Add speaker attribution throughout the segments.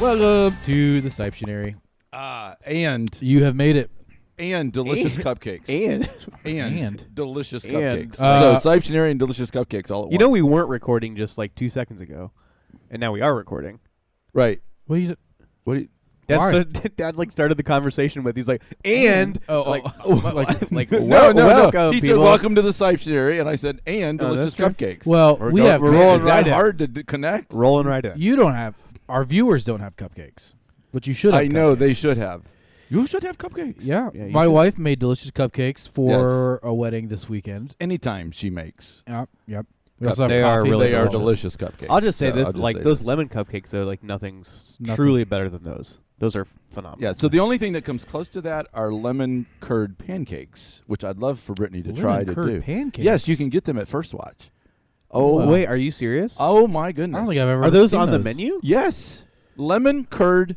Speaker 1: Welcome to the Siptionary.
Speaker 2: Uh,
Speaker 3: Ah, and
Speaker 1: You have made it.
Speaker 3: and delicious
Speaker 2: And-
Speaker 3: cupcakes.
Speaker 2: And
Speaker 3: and,
Speaker 1: And.
Speaker 3: delicious
Speaker 2: And.
Speaker 3: cupcakes.
Speaker 1: Uh,
Speaker 3: so Siptionary and delicious cupcakes all at
Speaker 2: you know
Speaker 3: once.
Speaker 2: we weren't recording just like two seconds ago, and now we are recording.
Speaker 3: right?
Speaker 1: What are you?
Speaker 3: What? Do you,
Speaker 2: That's
Speaker 1: Why?
Speaker 2: what Dad like started the conversation with. He's like, and
Speaker 1: Oh,
Speaker 2: like,
Speaker 1: oh,
Speaker 2: like, like,
Speaker 1: No,
Speaker 2: wel-
Speaker 3: no, no,
Speaker 2: welcome,
Speaker 3: He said,
Speaker 2: people.
Speaker 3: "Welcome to the Siptionary," and I said, "And
Speaker 2: Oh,
Speaker 3: delicious
Speaker 2: that's
Speaker 3: cupcakes."
Speaker 1: Well,
Speaker 2: We're
Speaker 1: we
Speaker 2: going-
Speaker 1: have.
Speaker 2: we're rolling
Speaker 3: is that
Speaker 2: right in.
Speaker 3: hard to d- connect?
Speaker 2: Rolling right in.
Speaker 1: You don't have. Our viewers don't have cupcakes, but you should. Have
Speaker 3: I know
Speaker 1: cupcakes.
Speaker 3: they should have. You should have cupcakes.
Speaker 1: Yeah.
Speaker 2: Yeah, you
Speaker 1: My
Speaker 2: should.
Speaker 1: wife made delicious cupcakes for a wedding this weekend.
Speaker 3: Anytime she makes,
Speaker 1: Yep. Yep.
Speaker 3: Cup-
Speaker 1: also have
Speaker 2: they are
Speaker 1: coffee.
Speaker 2: really
Speaker 3: they are
Speaker 2: delicious.
Speaker 3: delicious cupcakes.
Speaker 2: I'll just say
Speaker 3: So
Speaker 2: this:
Speaker 3: I'll just
Speaker 2: like
Speaker 3: say
Speaker 2: those
Speaker 3: this.
Speaker 2: lemon cupcakes, though, like nothing's
Speaker 1: Nothing.
Speaker 2: truly better than those. Those are phenomenal.
Speaker 3: Yeah. So the only thing that comes close to that are lemon curd pancakes, which I'd love for Brittany to
Speaker 1: Lemon
Speaker 3: try to
Speaker 1: curd
Speaker 3: do.
Speaker 1: pancakes?
Speaker 3: Yes, you can get them at First Watch.
Speaker 2: Oh
Speaker 1: Wow.
Speaker 2: wait, are you serious?
Speaker 3: Oh my goodness!
Speaker 1: I don't think I've ever.
Speaker 2: are those
Speaker 1: seen
Speaker 2: on the menu?
Speaker 3: Yes, lemon curd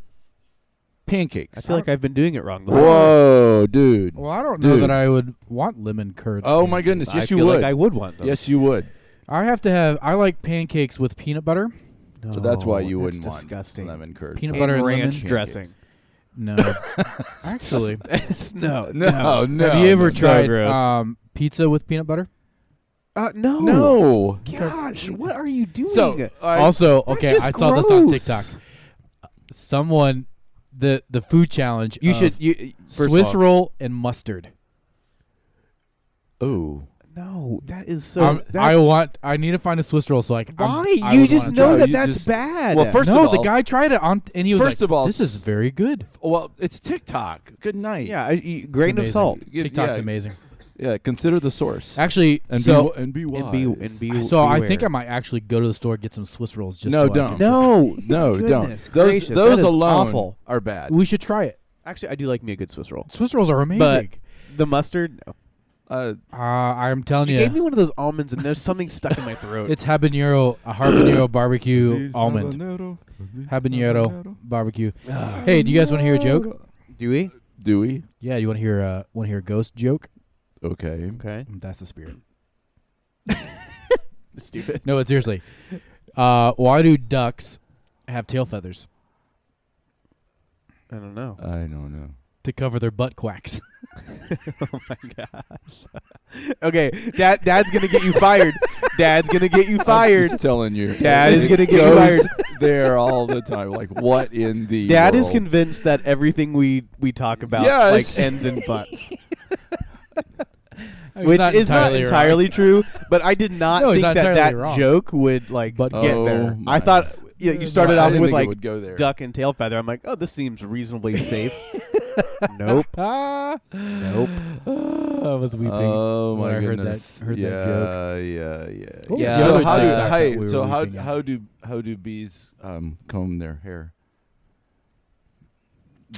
Speaker 3: pancakes.
Speaker 2: I feel like I've been doing it wrong. the whole time.
Speaker 3: Whoa, dude!
Speaker 1: Well, I don't know
Speaker 3: Dude.
Speaker 1: that I would want lemon curd.
Speaker 3: Oh my
Speaker 1: pancakes.
Speaker 3: goodness!
Speaker 2: I
Speaker 3: Yes,
Speaker 2: feel
Speaker 3: you would.
Speaker 2: Like I would want those.
Speaker 3: yes, you would.
Speaker 1: I have to have. I like pancakes with peanut butter.
Speaker 2: No,
Speaker 3: So that's why you
Speaker 2: Oh, that's
Speaker 3: wouldn't want
Speaker 2: disgusting.
Speaker 3: lemon curd.
Speaker 1: Peanut
Speaker 3: pancakes.
Speaker 1: butter
Speaker 2: and
Speaker 1: and lemon
Speaker 2: ranch
Speaker 1: pancakes.
Speaker 2: dressing.
Speaker 1: No, actually,
Speaker 2: no,
Speaker 3: No, no.
Speaker 1: Have you ever
Speaker 2: so
Speaker 1: tried
Speaker 2: gross.
Speaker 1: um, pizza with peanut butter?
Speaker 2: Uh, no,
Speaker 3: No.
Speaker 2: Gosh, what are you doing?
Speaker 3: So I,
Speaker 1: also,
Speaker 2: That's
Speaker 1: okay,
Speaker 2: just
Speaker 1: I saw this on
Speaker 2: gross.
Speaker 1: TikTok. Someone, the the food challenge.
Speaker 2: You
Speaker 1: of
Speaker 2: should you first of
Speaker 1: Swiss
Speaker 2: all-
Speaker 1: roll and mustard.
Speaker 3: oh,
Speaker 2: No, that is so.
Speaker 1: Um,
Speaker 2: that-
Speaker 1: I want. I need to find a Swiss roll so I can. I'm-
Speaker 2: why
Speaker 1: I
Speaker 2: you
Speaker 1: would
Speaker 2: just
Speaker 1: wanna
Speaker 2: know
Speaker 3: try.
Speaker 2: that
Speaker 3: You
Speaker 2: that's
Speaker 3: just-
Speaker 2: bad?
Speaker 3: Well,
Speaker 1: try-
Speaker 3: first
Speaker 1: no,
Speaker 3: of all-
Speaker 1: the guy tried it on, and he was
Speaker 3: First
Speaker 1: like,
Speaker 3: of all,
Speaker 1: "This is very good."
Speaker 3: well, it's TikTok. Good night.
Speaker 2: yeah, I, you, grain of
Speaker 1: Amazing.
Speaker 2: salt.
Speaker 3: Give-
Speaker 1: TikTok's
Speaker 3: yeah.
Speaker 1: amazing.
Speaker 3: yeah. Consider the source.
Speaker 1: Actually,
Speaker 3: and
Speaker 1: so
Speaker 3: be, and be
Speaker 2: And
Speaker 3: wise.
Speaker 2: be and be.
Speaker 1: so I think I
Speaker 2: beware.
Speaker 1: might actually go to the store get some Swiss rolls. Just
Speaker 3: No,
Speaker 1: so I can-
Speaker 3: don't.
Speaker 2: No,
Speaker 3: no,
Speaker 2: goodness
Speaker 3: don't. Those
Speaker 2: gracious, that
Speaker 3: those
Speaker 2: is
Speaker 3: alone
Speaker 2: awful.
Speaker 3: are bad.
Speaker 1: We should try it.
Speaker 2: Actually, I do like me a good Swiss roll,
Speaker 1: Swiss rolls are amazing.
Speaker 2: but the mustard. no.
Speaker 3: Uh,
Speaker 1: uh, I'm telling
Speaker 2: You
Speaker 1: you,
Speaker 2: gave me one of those almonds, and there's something stuck in my throat.
Speaker 1: it's habanero, a habanero barbecue almond,
Speaker 3: Habanero.
Speaker 1: habanero barbecue. Hey, do you guys want to hear a joke?
Speaker 2: do we?
Speaker 3: Do we?
Speaker 1: Yeah, you want to hear uh, want to hear a ghost joke?
Speaker 3: Okay.
Speaker 2: Okay,
Speaker 1: That's the spirit.
Speaker 2: stupid.
Speaker 1: No, but seriously, uh, why do ducks have tail feathers
Speaker 2: I don't know.
Speaker 3: I don't know.
Speaker 1: to cover their butt quacks?
Speaker 2: Okay, dad, dad's gonna get you fired. Dad's gonna get you fired.
Speaker 3: I'm just telling you.
Speaker 2: Dad is
Speaker 3: It
Speaker 2: gonna get you
Speaker 3: goes
Speaker 2: fired.
Speaker 3: there all the time. Like what in the
Speaker 2: Dad is
Speaker 3: world?
Speaker 2: convinced that everything we we talk about
Speaker 3: Yes.
Speaker 2: like ends in butts,
Speaker 1: It's
Speaker 2: which is
Speaker 1: wrong.
Speaker 2: Oh, not entirely true. But I did not
Speaker 1: No, he's
Speaker 2: think
Speaker 1: not
Speaker 2: that
Speaker 1: entirely
Speaker 2: that
Speaker 1: wrong.
Speaker 2: joke would like
Speaker 1: But
Speaker 2: get
Speaker 3: Oh
Speaker 2: there.
Speaker 3: my.
Speaker 2: I thought yeah, you started
Speaker 3: I
Speaker 2: off
Speaker 3: didn't
Speaker 2: with
Speaker 3: think it
Speaker 2: like
Speaker 3: would go there.
Speaker 2: duck and tail feather. I'm like, oh, this seems reasonably safe. nope.
Speaker 1: Ah,
Speaker 2: Nope.
Speaker 1: I was weeping.
Speaker 2: Uh,
Speaker 3: Oh
Speaker 1: when
Speaker 3: my
Speaker 1: I
Speaker 3: goodness.
Speaker 1: Heard that, heard
Speaker 3: yeah,
Speaker 1: that joke.
Speaker 3: yeah, yeah,
Speaker 1: What was
Speaker 3: yeah.
Speaker 2: the
Speaker 3: So
Speaker 2: other
Speaker 3: how do,
Speaker 2: TikTok
Speaker 1: that
Speaker 3: hey,
Speaker 1: we were
Speaker 3: so how
Speaker 1: looking at?
Speaker 3: how do how do bees um, comb their hair?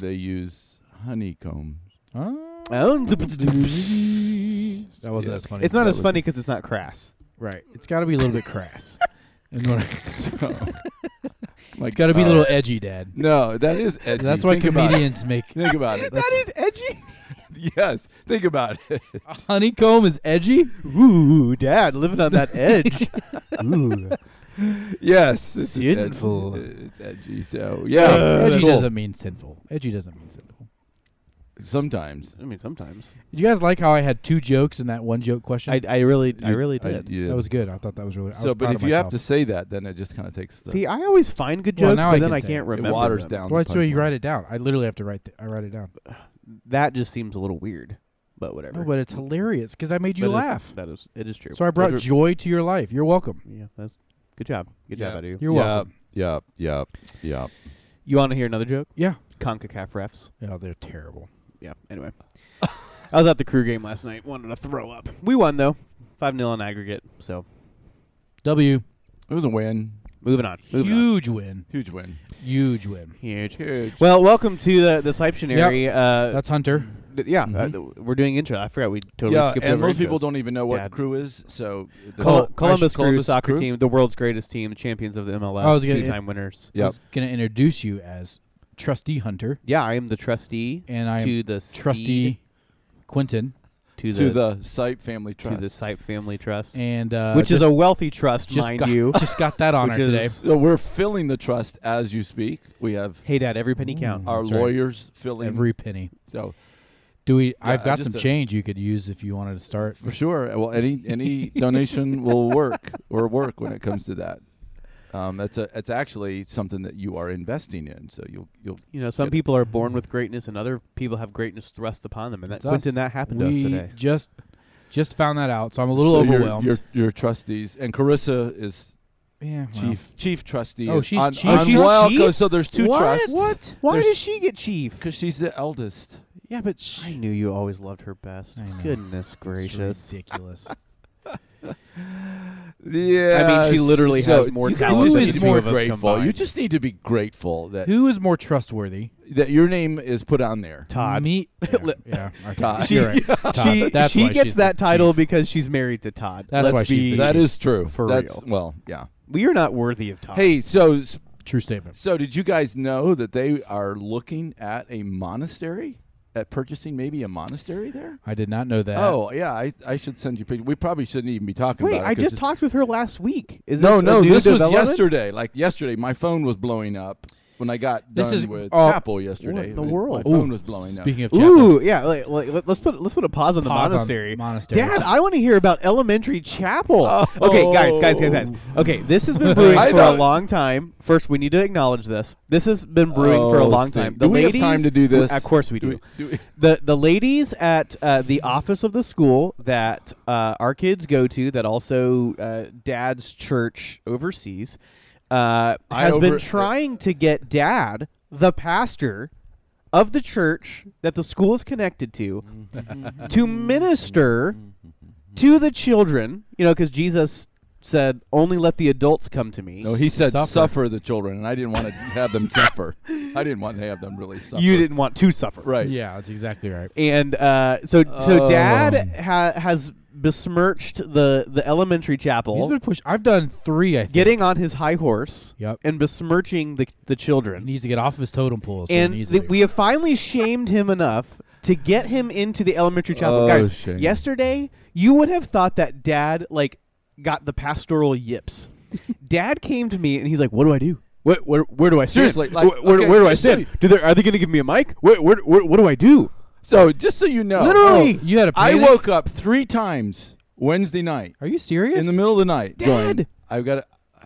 Speaker 3: They use honeycombs.
Speaker 1: Ah.
Speaker 2: it's
Speaker 1: That wasn't as funny.
Speaker 2: not
Speaker 1: That
Speaker 2: as
Speaker 1: was-
Speaker 2: funny because it's not crass.
Speaker 1: Right. It's got to be a little bit crass. And when I- it's
Speaker 3: So, like,
Speaker 1: got to be a
Speaker 3: uh,
Speaker 1: little edgy, Dad.
Speaker 3: No, that is edgy.
Speaker 1: That's why
Speaker 3: Think about it.
Speaker 1: comedians make.
Speaker 3: Think about it.
Speaker 2: is edgy.
Speaker 3: yes. Think about it.
Speaker 1: Honeycomb is edgy.
Speaker 2: Ooh, Dad, living on that edge. Ooh.
Speaker 3: yes. It's it's edgy.
Speaker 2: Sinful.
Speaker 3: It's edgy. So yeah.
Speaker 2: Uh,
Speaker 3: that's
Speaker 1: edgy
Speaker 3: cool.
Speaker 1: doesn't mean sinful. Edgy doesn't mean sinful.
Speaker 3: Sometimes.
Speaker 2: I mean, sometimes
Speaker 1: Did you guys like how I had two jokes in that one joke question?
Speaker 2: I, I really, I
Speaker 3: You-
Speaker 2: really did.
Speaker 3: yeah.
Speaker 1: That was good. I thought that was really. I
Speaker 3: so,
Speaker 1: was
Speaker 3: but
Speaker 1: proud
Speaker 3: if
Speaker 1: of
Speaker 3: you have to
Speaker 1: myself.
Speaker 3: say that, then it just kind of takes the
Speaker 2: See, I always find good
Speaker 1: Well,
Speaker 2: jokes,
Speaker 1: now I
Speaker 2: but then
Speaker 1: can
Speaker 2: I
Speaker 1: say
Speaker 2: can't
Speaker 1: it. It
Speaker 3: it
Speaker 2: remember.
Speaker 3: waters
Speaker 2: them.
Speaker 3: down.
Speaker 1: Well,
Speaker 3: the
Speaker 1: that's why you
Speaker 3: punchline.
Speaker 1: write it down. I literally have to write. th- I write it down.
Speaker 2: That just seems a little weird, but whatever.
Speaker 1: No, but it's hilarious because I made you
Speaker 2: That is-
Speaker 1: laugh.
Speaker 2: that is, it is true.
Speaker 1: So I brought
Speaker 2: Those
Speaker 1: joy to your life. You're welcome.
Speaker 2: were- yeah, that's good job. Good job
Speaker 3: Yeah.
Speaker 2: out of you.
Speaker 1: You're
Speaker 3: Yep,
Speaker 1: welcome.
Speaker 3: Yep. Yep. Yep.
Speaker 2: You want to hear another joke?
Speaker 1: Yeah.
Speaker 2: Concacaf refs.
Speaker 1: Yeah, they're terrible.
Speaker 2: Yeah. Anyway, I was at the crew game last night. Wanted to throw up. We won though, five 0 on aggregate. So
Speaker 1: W.
Speaker 3: It was a win.
Speaker 2: moving on. Moving on.
Speaker 1: Huge win.
Speaker 3: Huge win.
Speaker 1: Huge win.
Speaker 2: Huge.
Speaker 3: Huge.
Speaker 2: Well, welcome to the the Siptionary. Uh,
Speaker 1: That's Hunter.
Speaker 2: th- yeah, uh,
Speaker 1: Mhm.
Speaker 2: th- we're doing intro. I forgot we totally
Speaker 3: yeah,
Speaker 2: skipped
Speaker 3: and
Speaker 2: over
Speaker 3: most people
Speaker 2: intros.
Speaker 3: don't even know what
Speaker 2: Dad.
Speaker 3: crew is. So the-
Speaker 2: Col-
Speaker 1: Oh, I
Speaker 2: Columbus
Speaker 3: should-
Speaker 2: Crew
Speaker 3: Columbus
Speaker 2: soccer
Speaker 3: Crew?
Speaker 2: team, the world's greatest team, champions of the MLS,
Speaker 1: I was gonna-
Speaker 2: two-time winners.
Speaker 1: I
Speaker 3: Yep.
Speaker 1: was going to introduce you as Trustee Hunter,
Speaker 2: Yeah, I am the trustee
Speaker 1: and I am
Speaker 2: to the
Speaker 1: Trustee Quentin.
Speaker 2: to,
Speaker 3: to
Speaker 2: the,
Speaker 3: the Sipe Family Trust.
Speaker 2: to the Sipe Family Trust,
Speaker 1: and uh,
Speaker 2: which is
Speaker 1: just-
Speaker 2: a wealthy trust,
Speaker 1: just
Speaker 2: mind
Speaker 1: got,
Speaker 2: you.
Speaker 1: Just got that honor
Speaker 2: Which
Speaker 1: today.
Speaker 2: is-
Speaker 3: So we're filling the trust as you speak. We have
Speaker 2: Hey, Dad, every penny
Speaker 1: Ooh.
Speaker 2: counts.
Speaker 3: our
Speaker 1: That's right.
Speaker 3: lawyers filling.
Speaker 1: Every penny.
Speaker 3: so
Speaker 1: Do we? I've
Speaker 3: uh,
Speaker 1: got
Speaker 3: just
Speaker 1: some
Speaker 3: a-
Speaker 1: change you could use if you wanted to start.
Speaker 3: for sure. Well, any any donation will work or work when it comes to that. Um, that's a it's actually something that you are investing in. So you'll you'll
Speaker 2: You know, some
Speaker 3: Good.
Speaker 2: people are born with greatness, and other people have greatness thrust upon them, and that
Speaker 1: That's us.
Speaker 2: Quentin, that happened to us
Speaker 1: we
Speaker 2: today.
Speaker 1: just just found that out, so I'm a little
Speaker 3: so your-
Speaker 1: overwhelmed.
Speaker 3: Your, your trustees and Carissa is
Speaker 1: yeah, well,
Speaker 3: chief chief trustee.
Speaker 1: Oh, she's
Speaker 3: on,
Speaker 1: chief?
Speaker 3: on
Speaker 1: Oh, she's
Speaker 3: Wild
Speaker 2: chief?
Speaker 3: Coast, so there's two trusts.
Speaker 2: What? Why
Speaker 3: There's-
Speaker 2: does she get chief?
Speaker 3: Because she's the eldest.
Speaker 2: Yeah, but I knew you always loved her best.
Speaker 1: I know.
Speaker 2: Goodness
Speaker 1: It's
Speaker 2: gracious.
Speaker 1: ridiculous.
Speaker 3: Yeah,
Speaker 2: she literally
Speaker 3: so
Speaker 2: has more
Speaker 3: you guys
Speaker 1: talent
Speaker 3: just
Speaker 1: than
Speaker 3: need
Speaker 1: the
Speaker 3: to
Speaker 1: two
Speaker 3: be
Speaker 1: of us
Speaker 3: grateful. You
Speaker 2: combined.
Speaker 3: just need to be grateful that
Speaker 1: Who is more trustworthy?
Speaker 3: that your name is put on there.
Speaker 2: Todd.
Speaker 1: Me. Yeah.
Speaker 2: Li-
Speaker 1: yeah okay.
Speaker 3: Todd.
Speaker 1: You're right. Todd.
Speaker 2: She,
Speaker 1: That's
Speaker 2: she
Speaker 1: why
Speaker 2: gets
Speaker 1: she's
Speaker 2: that
Speaker 1: the
Speaker 2: title
Speaker 1: chief.
Speaker 2: because she's married to Todd.
Speaker 1: That's
Speaker 2: Let's
Speaker 1: why she's
Speaker 2: be-
Speaker 1: the
Speaker 3: That is true.
Speaker 2: For
Speaker 3: That's,
Speaker 2: real.
Speaker 3: Well, yeah.
Speaker 2: We are not worthy of Todd.
Speaker 3: Uh, Hey, so
Speaker 1: True statement.
Speaker 3: so did you guys know that they are looking at a monastery, at purchasing maybe a monastery there?
Speaker 1: I did not know that.
Speaker 3: Oh yeah, I, I should send you pictures. We probably shouldn't even be talking
Speaker 2: wait!
Speaker 3: about it.
Speaker 2: I
Speaker 3: 'cause
Speaker 2: just
Speaker 3: it-
Speaker 2: talked with her last week. Is
Speaker 3: No,
Speaker 2: this a
Speaker 3: no,
Speaker 2: new
Speaker 3: this was
Speaker 2: development?
Speaker 3: yesterday. Like yesterday, my phone was blowing up when I got
Speaker 1: This
Speaker 3: done
Speaker 1: is-
Speaker 3: with
Speaker 1: oh,
Speaker 3: Apple yesterday.
Speaker 2: in the
Speaker 3: My-
Speaker 2: world?
Speaker 3: My
Speaker 1: Ooh,
Speaker 3: phone was blowing up.
Speaker 1: Speaking of chapel,
Speaker 2: Ooh, yeah. Like, like, let- let's put let's put a pause on the
Speaker 1: pause on
Speaker 2: monastery.
Speaker 1: monastery.
Speaker 2: Dad, I want to hear about elementary chapel. Okay, guys, guys, guys, guys. Okay, this has been brewing
Speaker 3: Oh. I
Speaker 2: for a
Speaker 3: thought-
Speaker 2: long time. First, we need to acknowledge this. This has been brewing for a
Speaker 3: Oh,
Speaker 2: long
Speaker 3: Steve.
Speaker 2: time.
Speaker 3: Do
Speaker 2: The
Speaker 3: we have
Speaker 2: ladies,
Speaker 3: time to do this?
Speaker 2: Of course, we do.
Speaker 3: Do we- do we-
Speaker 2: the The ladies at uh, the office of the school that uh, our kids go to, that also uh, Dad's church oversees, uh,
Speaker 3: I
Speaker 2: has been
Speaker 3: over-
Speaker 2: trying to get Dad, the pastor of the church that the school is connected to, to minister to the children, you know, because Jesus said, "Only let the adults come to me."
Speaker 3: No, he said
Speaker 1: Suffer.
Speaker 3: suffer. the children, and I didn't want to have them suffer. I didn't want to have them really suffer.
Speaker 2: you didn't want to suffer,
Speaker 3: right?
Speaker 1: Yeah, that's exactly right.
Speaker 2: And uh, so, so
Speaker 3: Oh.
Speaker 2: Dad ha- has besmirched the the elementary
Speaker 1: He's
Speaker 2: chapel,
Speaker 1: been pushed. I've done three. I think.
Speaker 2: getting on his high horse
Speaker 1: Yep.
Speaker 2: and besmirching the the
Speaker 1: He
Speaker 2: children.
Speaker 1: needs to get off of his totem pole. so he
Speaker 2: and
Speaker 1: needs to
Speaker 2: th-
Speaker 1: be-
Speaker 2: we have finally shamed him enough to get him into the elementary chapel.
Speaker 3: Oh,
Speaker 2: Guys,
Speaker 3: shame.
Speaker 2: yesterday you would have thought that dad like got the pastoral yips. dad came to me and he's like, "What do I do? What, where, where do I stand?
Speaker 3: Seriously, like,
Speaker 2: Wh- where,
Speaker 3: okay,
Speaker 2: where do I
Speaker 3: just so
Speaker 2: stand?
Speaker 3: you-
Speaker 2: do they, are they going to give me a mic? Where, where, where, what do I do?"
Speaker 3: So just so you know,
Speaker 1: Oh,
Speaker 2: Literally,
Speaker 1: you had a
Speaker 3: I
Speaker 1: panic?
Speaker 3: woke up three times Wednesday night
Speaker 1: Are you serious?
Speaker 3: in the middle of the night.
Speaker 2: Dad!
Speaker 3: Going, I've got. to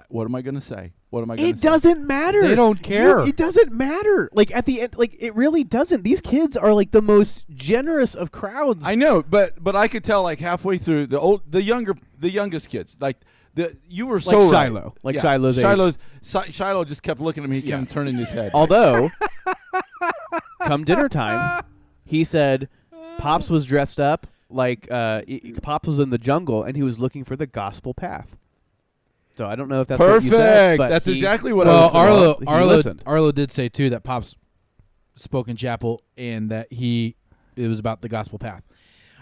Speaker 3: What am I going to say? What am I going to?
Speaker 2: It doesn't matter.
Speaker 1: They don't care.
Speaker 2: You- it doesn't matter. Like at the end, like it really doesn't. These kids are like the most generous of crowds.
Speaker 3: I know, but but I could tell like halfway through the old, the younger, the youngest kids, like the you were so right.
Speaker 2: Shiloh, like Shiloh's age.
Speaker 3: Shiloh's Si- Shiloh just kept looking at me. He kept turning his head.
Speaker 2: Although, come dinner time, he said Pops was dressed up like uh, y- y- Pops was in the jungle and he was looking for the gospel path. So I don't know if that's What you
Speaker 3: Perfect.
Speaker 2: said, but
Speaker 3: That's
Speaker 2: he-
Speaker 3: exactly what I
Speaker 1: well,
Speaker 3: was. saying.
Speaker 1: Arlo,
Speaker 2: He
Speaker 1: Arlo,
Speaker 2: listened.
Speaker 1: Arlo did say too that Pops spoke in chapel and that he it was about the gospel path.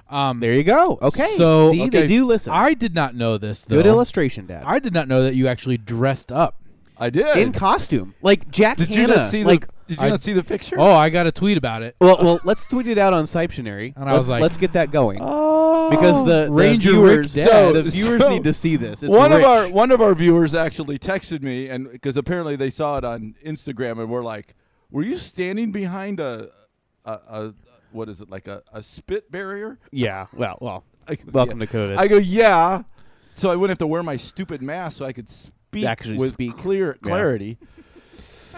Speaker 1: Um,
Speaker 2: There you go. Okay.
Speaker 1: So-
Speaker 2: See,
Speaker 3: Okay.
Speaker 2: they do listen.
Speaker 1: I did not know this though.
Speaker 2: Good illustration, Dad.
Speaker 1: I did not know that you actually dressed up.
Speaker 3: I did.
Speaker 2: in costume, like Jack
Speaker 3: did you
Speaker 2: Hanna.
Speaker 3: not see
Speaker 2: like,
Speaker 3: the? Did you
Speaker 1: I-
Speaker 3: not see the picture?
Speaker 1: Oh, I got a tweet about it.
Speaker 2: Well, well, let's tweet it out on Siptionary.
Speaker 1: And
Speaker 2: let's,
Speaker 1: I was like-
Speaker 2: let's get get that going Oh. because the, the
Speaker 1: Ranger Rick
Speaker 2: viewers,
Speaker 1: Dad.
Speaker 2: so, the viewers
Speaker 3: So-
Speaker 2: need to see this. It's
Speaker 3: one
Speaker 2: rich.
Speaker 3: of our one of our viewers actually texted me, and because apparently they saw it on Instagram, and we're like, "Were you standing behind a, a, a what is it like a, a spit barrier?"
Speaker 2: yeah. Well, well,
Speaker 3: I-
Speaker 2: welcome
Speaker 3: yeah.
Speaker 2: to COVID.
Speaker 3: I go, "Yeah," so I wouldn't have to wear my stupid mask, so I could speak
Speaker 2: Actually
Speaker 3: with
Speaker 2: speak.
Speaker 3: clear
Speaker 2: Yeah.
Speaker 3: clarity.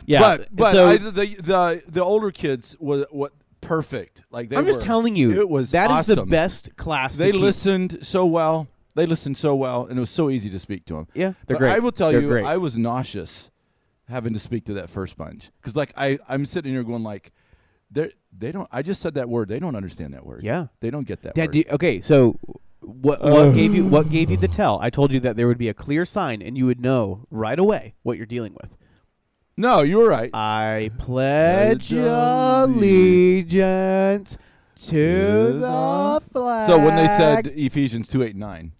Speaker 2: yeah,
Speaker 3: But but
Speaker 2: so
Speaker 3: I, the the the older kids was what perfect. Like they
Speaker 2: I'm just
Speaker 3: were-
Speaker 2: telling you,
Speaker 3: it was
Speaker 2: that is the
Speaker 3: awesome.
Speaker 2: best class. to
Speaker 3: They
Speaker 2: keep.
Speaker 3: listened so well. They listened so well, and it was so easy to speak to them.
Speaker 2: Yeah, they're
Speaker 3: But
Speaker 2: great.
Speaker 3: I will tell
Speaker 2: They're
Speaker 3: you,
Speaker 2: great.
Speaker 3: I was nauseous having to speak to that first bunch because, like, I I'm sitting here going like, they they don't. I just said that word. They don't understand that word.
Speaker 2: Yeah.
Speaker 3: they don't get that.
Speaker 2: Dad,
Speaker 3: word.
Speaker 2: do you- okay, so what what gave you what gave you the tell? I told you that there would be a clear sign, and you would know right away what you're dealing with.
Speaker 3: no, you were right.
Speaker 2: I pledge allegiance
Speaker 3: allegiance
Speaker 2: to the
Speaker 3: the
Speaker 2: flag.
Speaker 3: so when they said Ephesians two eight nine,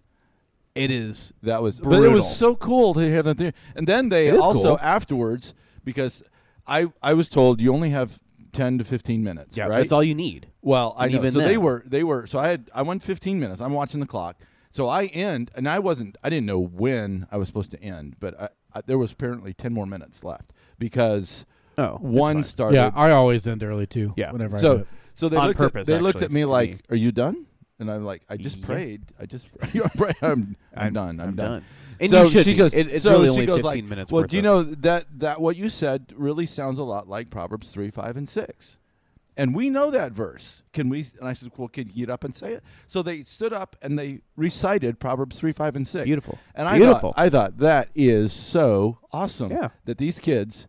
Speaker 2: it is,
Speaker 3: that was but it
Speaker 2: Brutal.
Speaker 3: was so cool to have them there. And then they
Speaker 2: It is
Speaker 3: also
Speaker 2: cool.
Speaker 3: afterwards because I I was told you only have ten to fifteen minutes.
Speaker 2: Yeah,
Speaker 3: right.
Speaker 2: that's all you need.
Speaker 3: Well, I
Speaker 2: And
Speaker 3: know.
Speaker 2: even
Speaker 3: so they
Speaker 2: then-
Speaker 3: were they were so I had I went 15 minutes. I'm watching the clock. So I end and I wasn't I didn't know when I was supposed to end, but I, I, there was apparently 10 more minutes left because
Speaker 2: Oh, that's
Speaker 3: one
Speaker 2: fine.
Speaker 3: started.
Speaker 1: Yeah, I always end early too.
Speaker 2: Yeah.
Speaker 1: whenever I do
Speaker 3: so
Speaker 1: it.
Speaker 3: so they
Speaker 2: On
Speaker 3: looked at,
Speaker 2: purpose,
Speaker 3: they looked
Speaker 2: actually,
Speaker 3: at me
Speaker 2: to
Speaker 3: like,
Speaker 2: me.
Speaker 3: "Are you done?" And I'm like, "I just
Speaker 2: Yeah.
Speaker 3: prayed. I just I'm I'm, I'm done. I'm, done."
Speaker 2: And
Speaker 3: so
Speaker 2: you should
Speaker 3: she
Speaker 2: be.
Speaker 3: goes.
Speaker 2: It- it's
Speaker 3: so
Speaker 2: really
Speaker 3: she
Speaker 2: only
Speaker 3: goes
Speaker 2: 15
Speaker 3: like,
Speaker 2: minutes.
Speaker 3: Well,
Speaker 2: worth
Speaker 3: do you
Speaker 2: of-
Speaker 3: know that that what you said really sounds a lot like Proverbs three, five, and six, and we know that verse. Can we? And I said, well, can you get up and say it? So they stood up and they recited Proverbs three, five, and six.
Speaker 2: Beautiful.
Speaker 3: And I
Speaker 2: Beautiful.
Speaker 3: thought, I thought that is so awesome.
Speaker 2: Yeah.
Speaker 3: That these kids,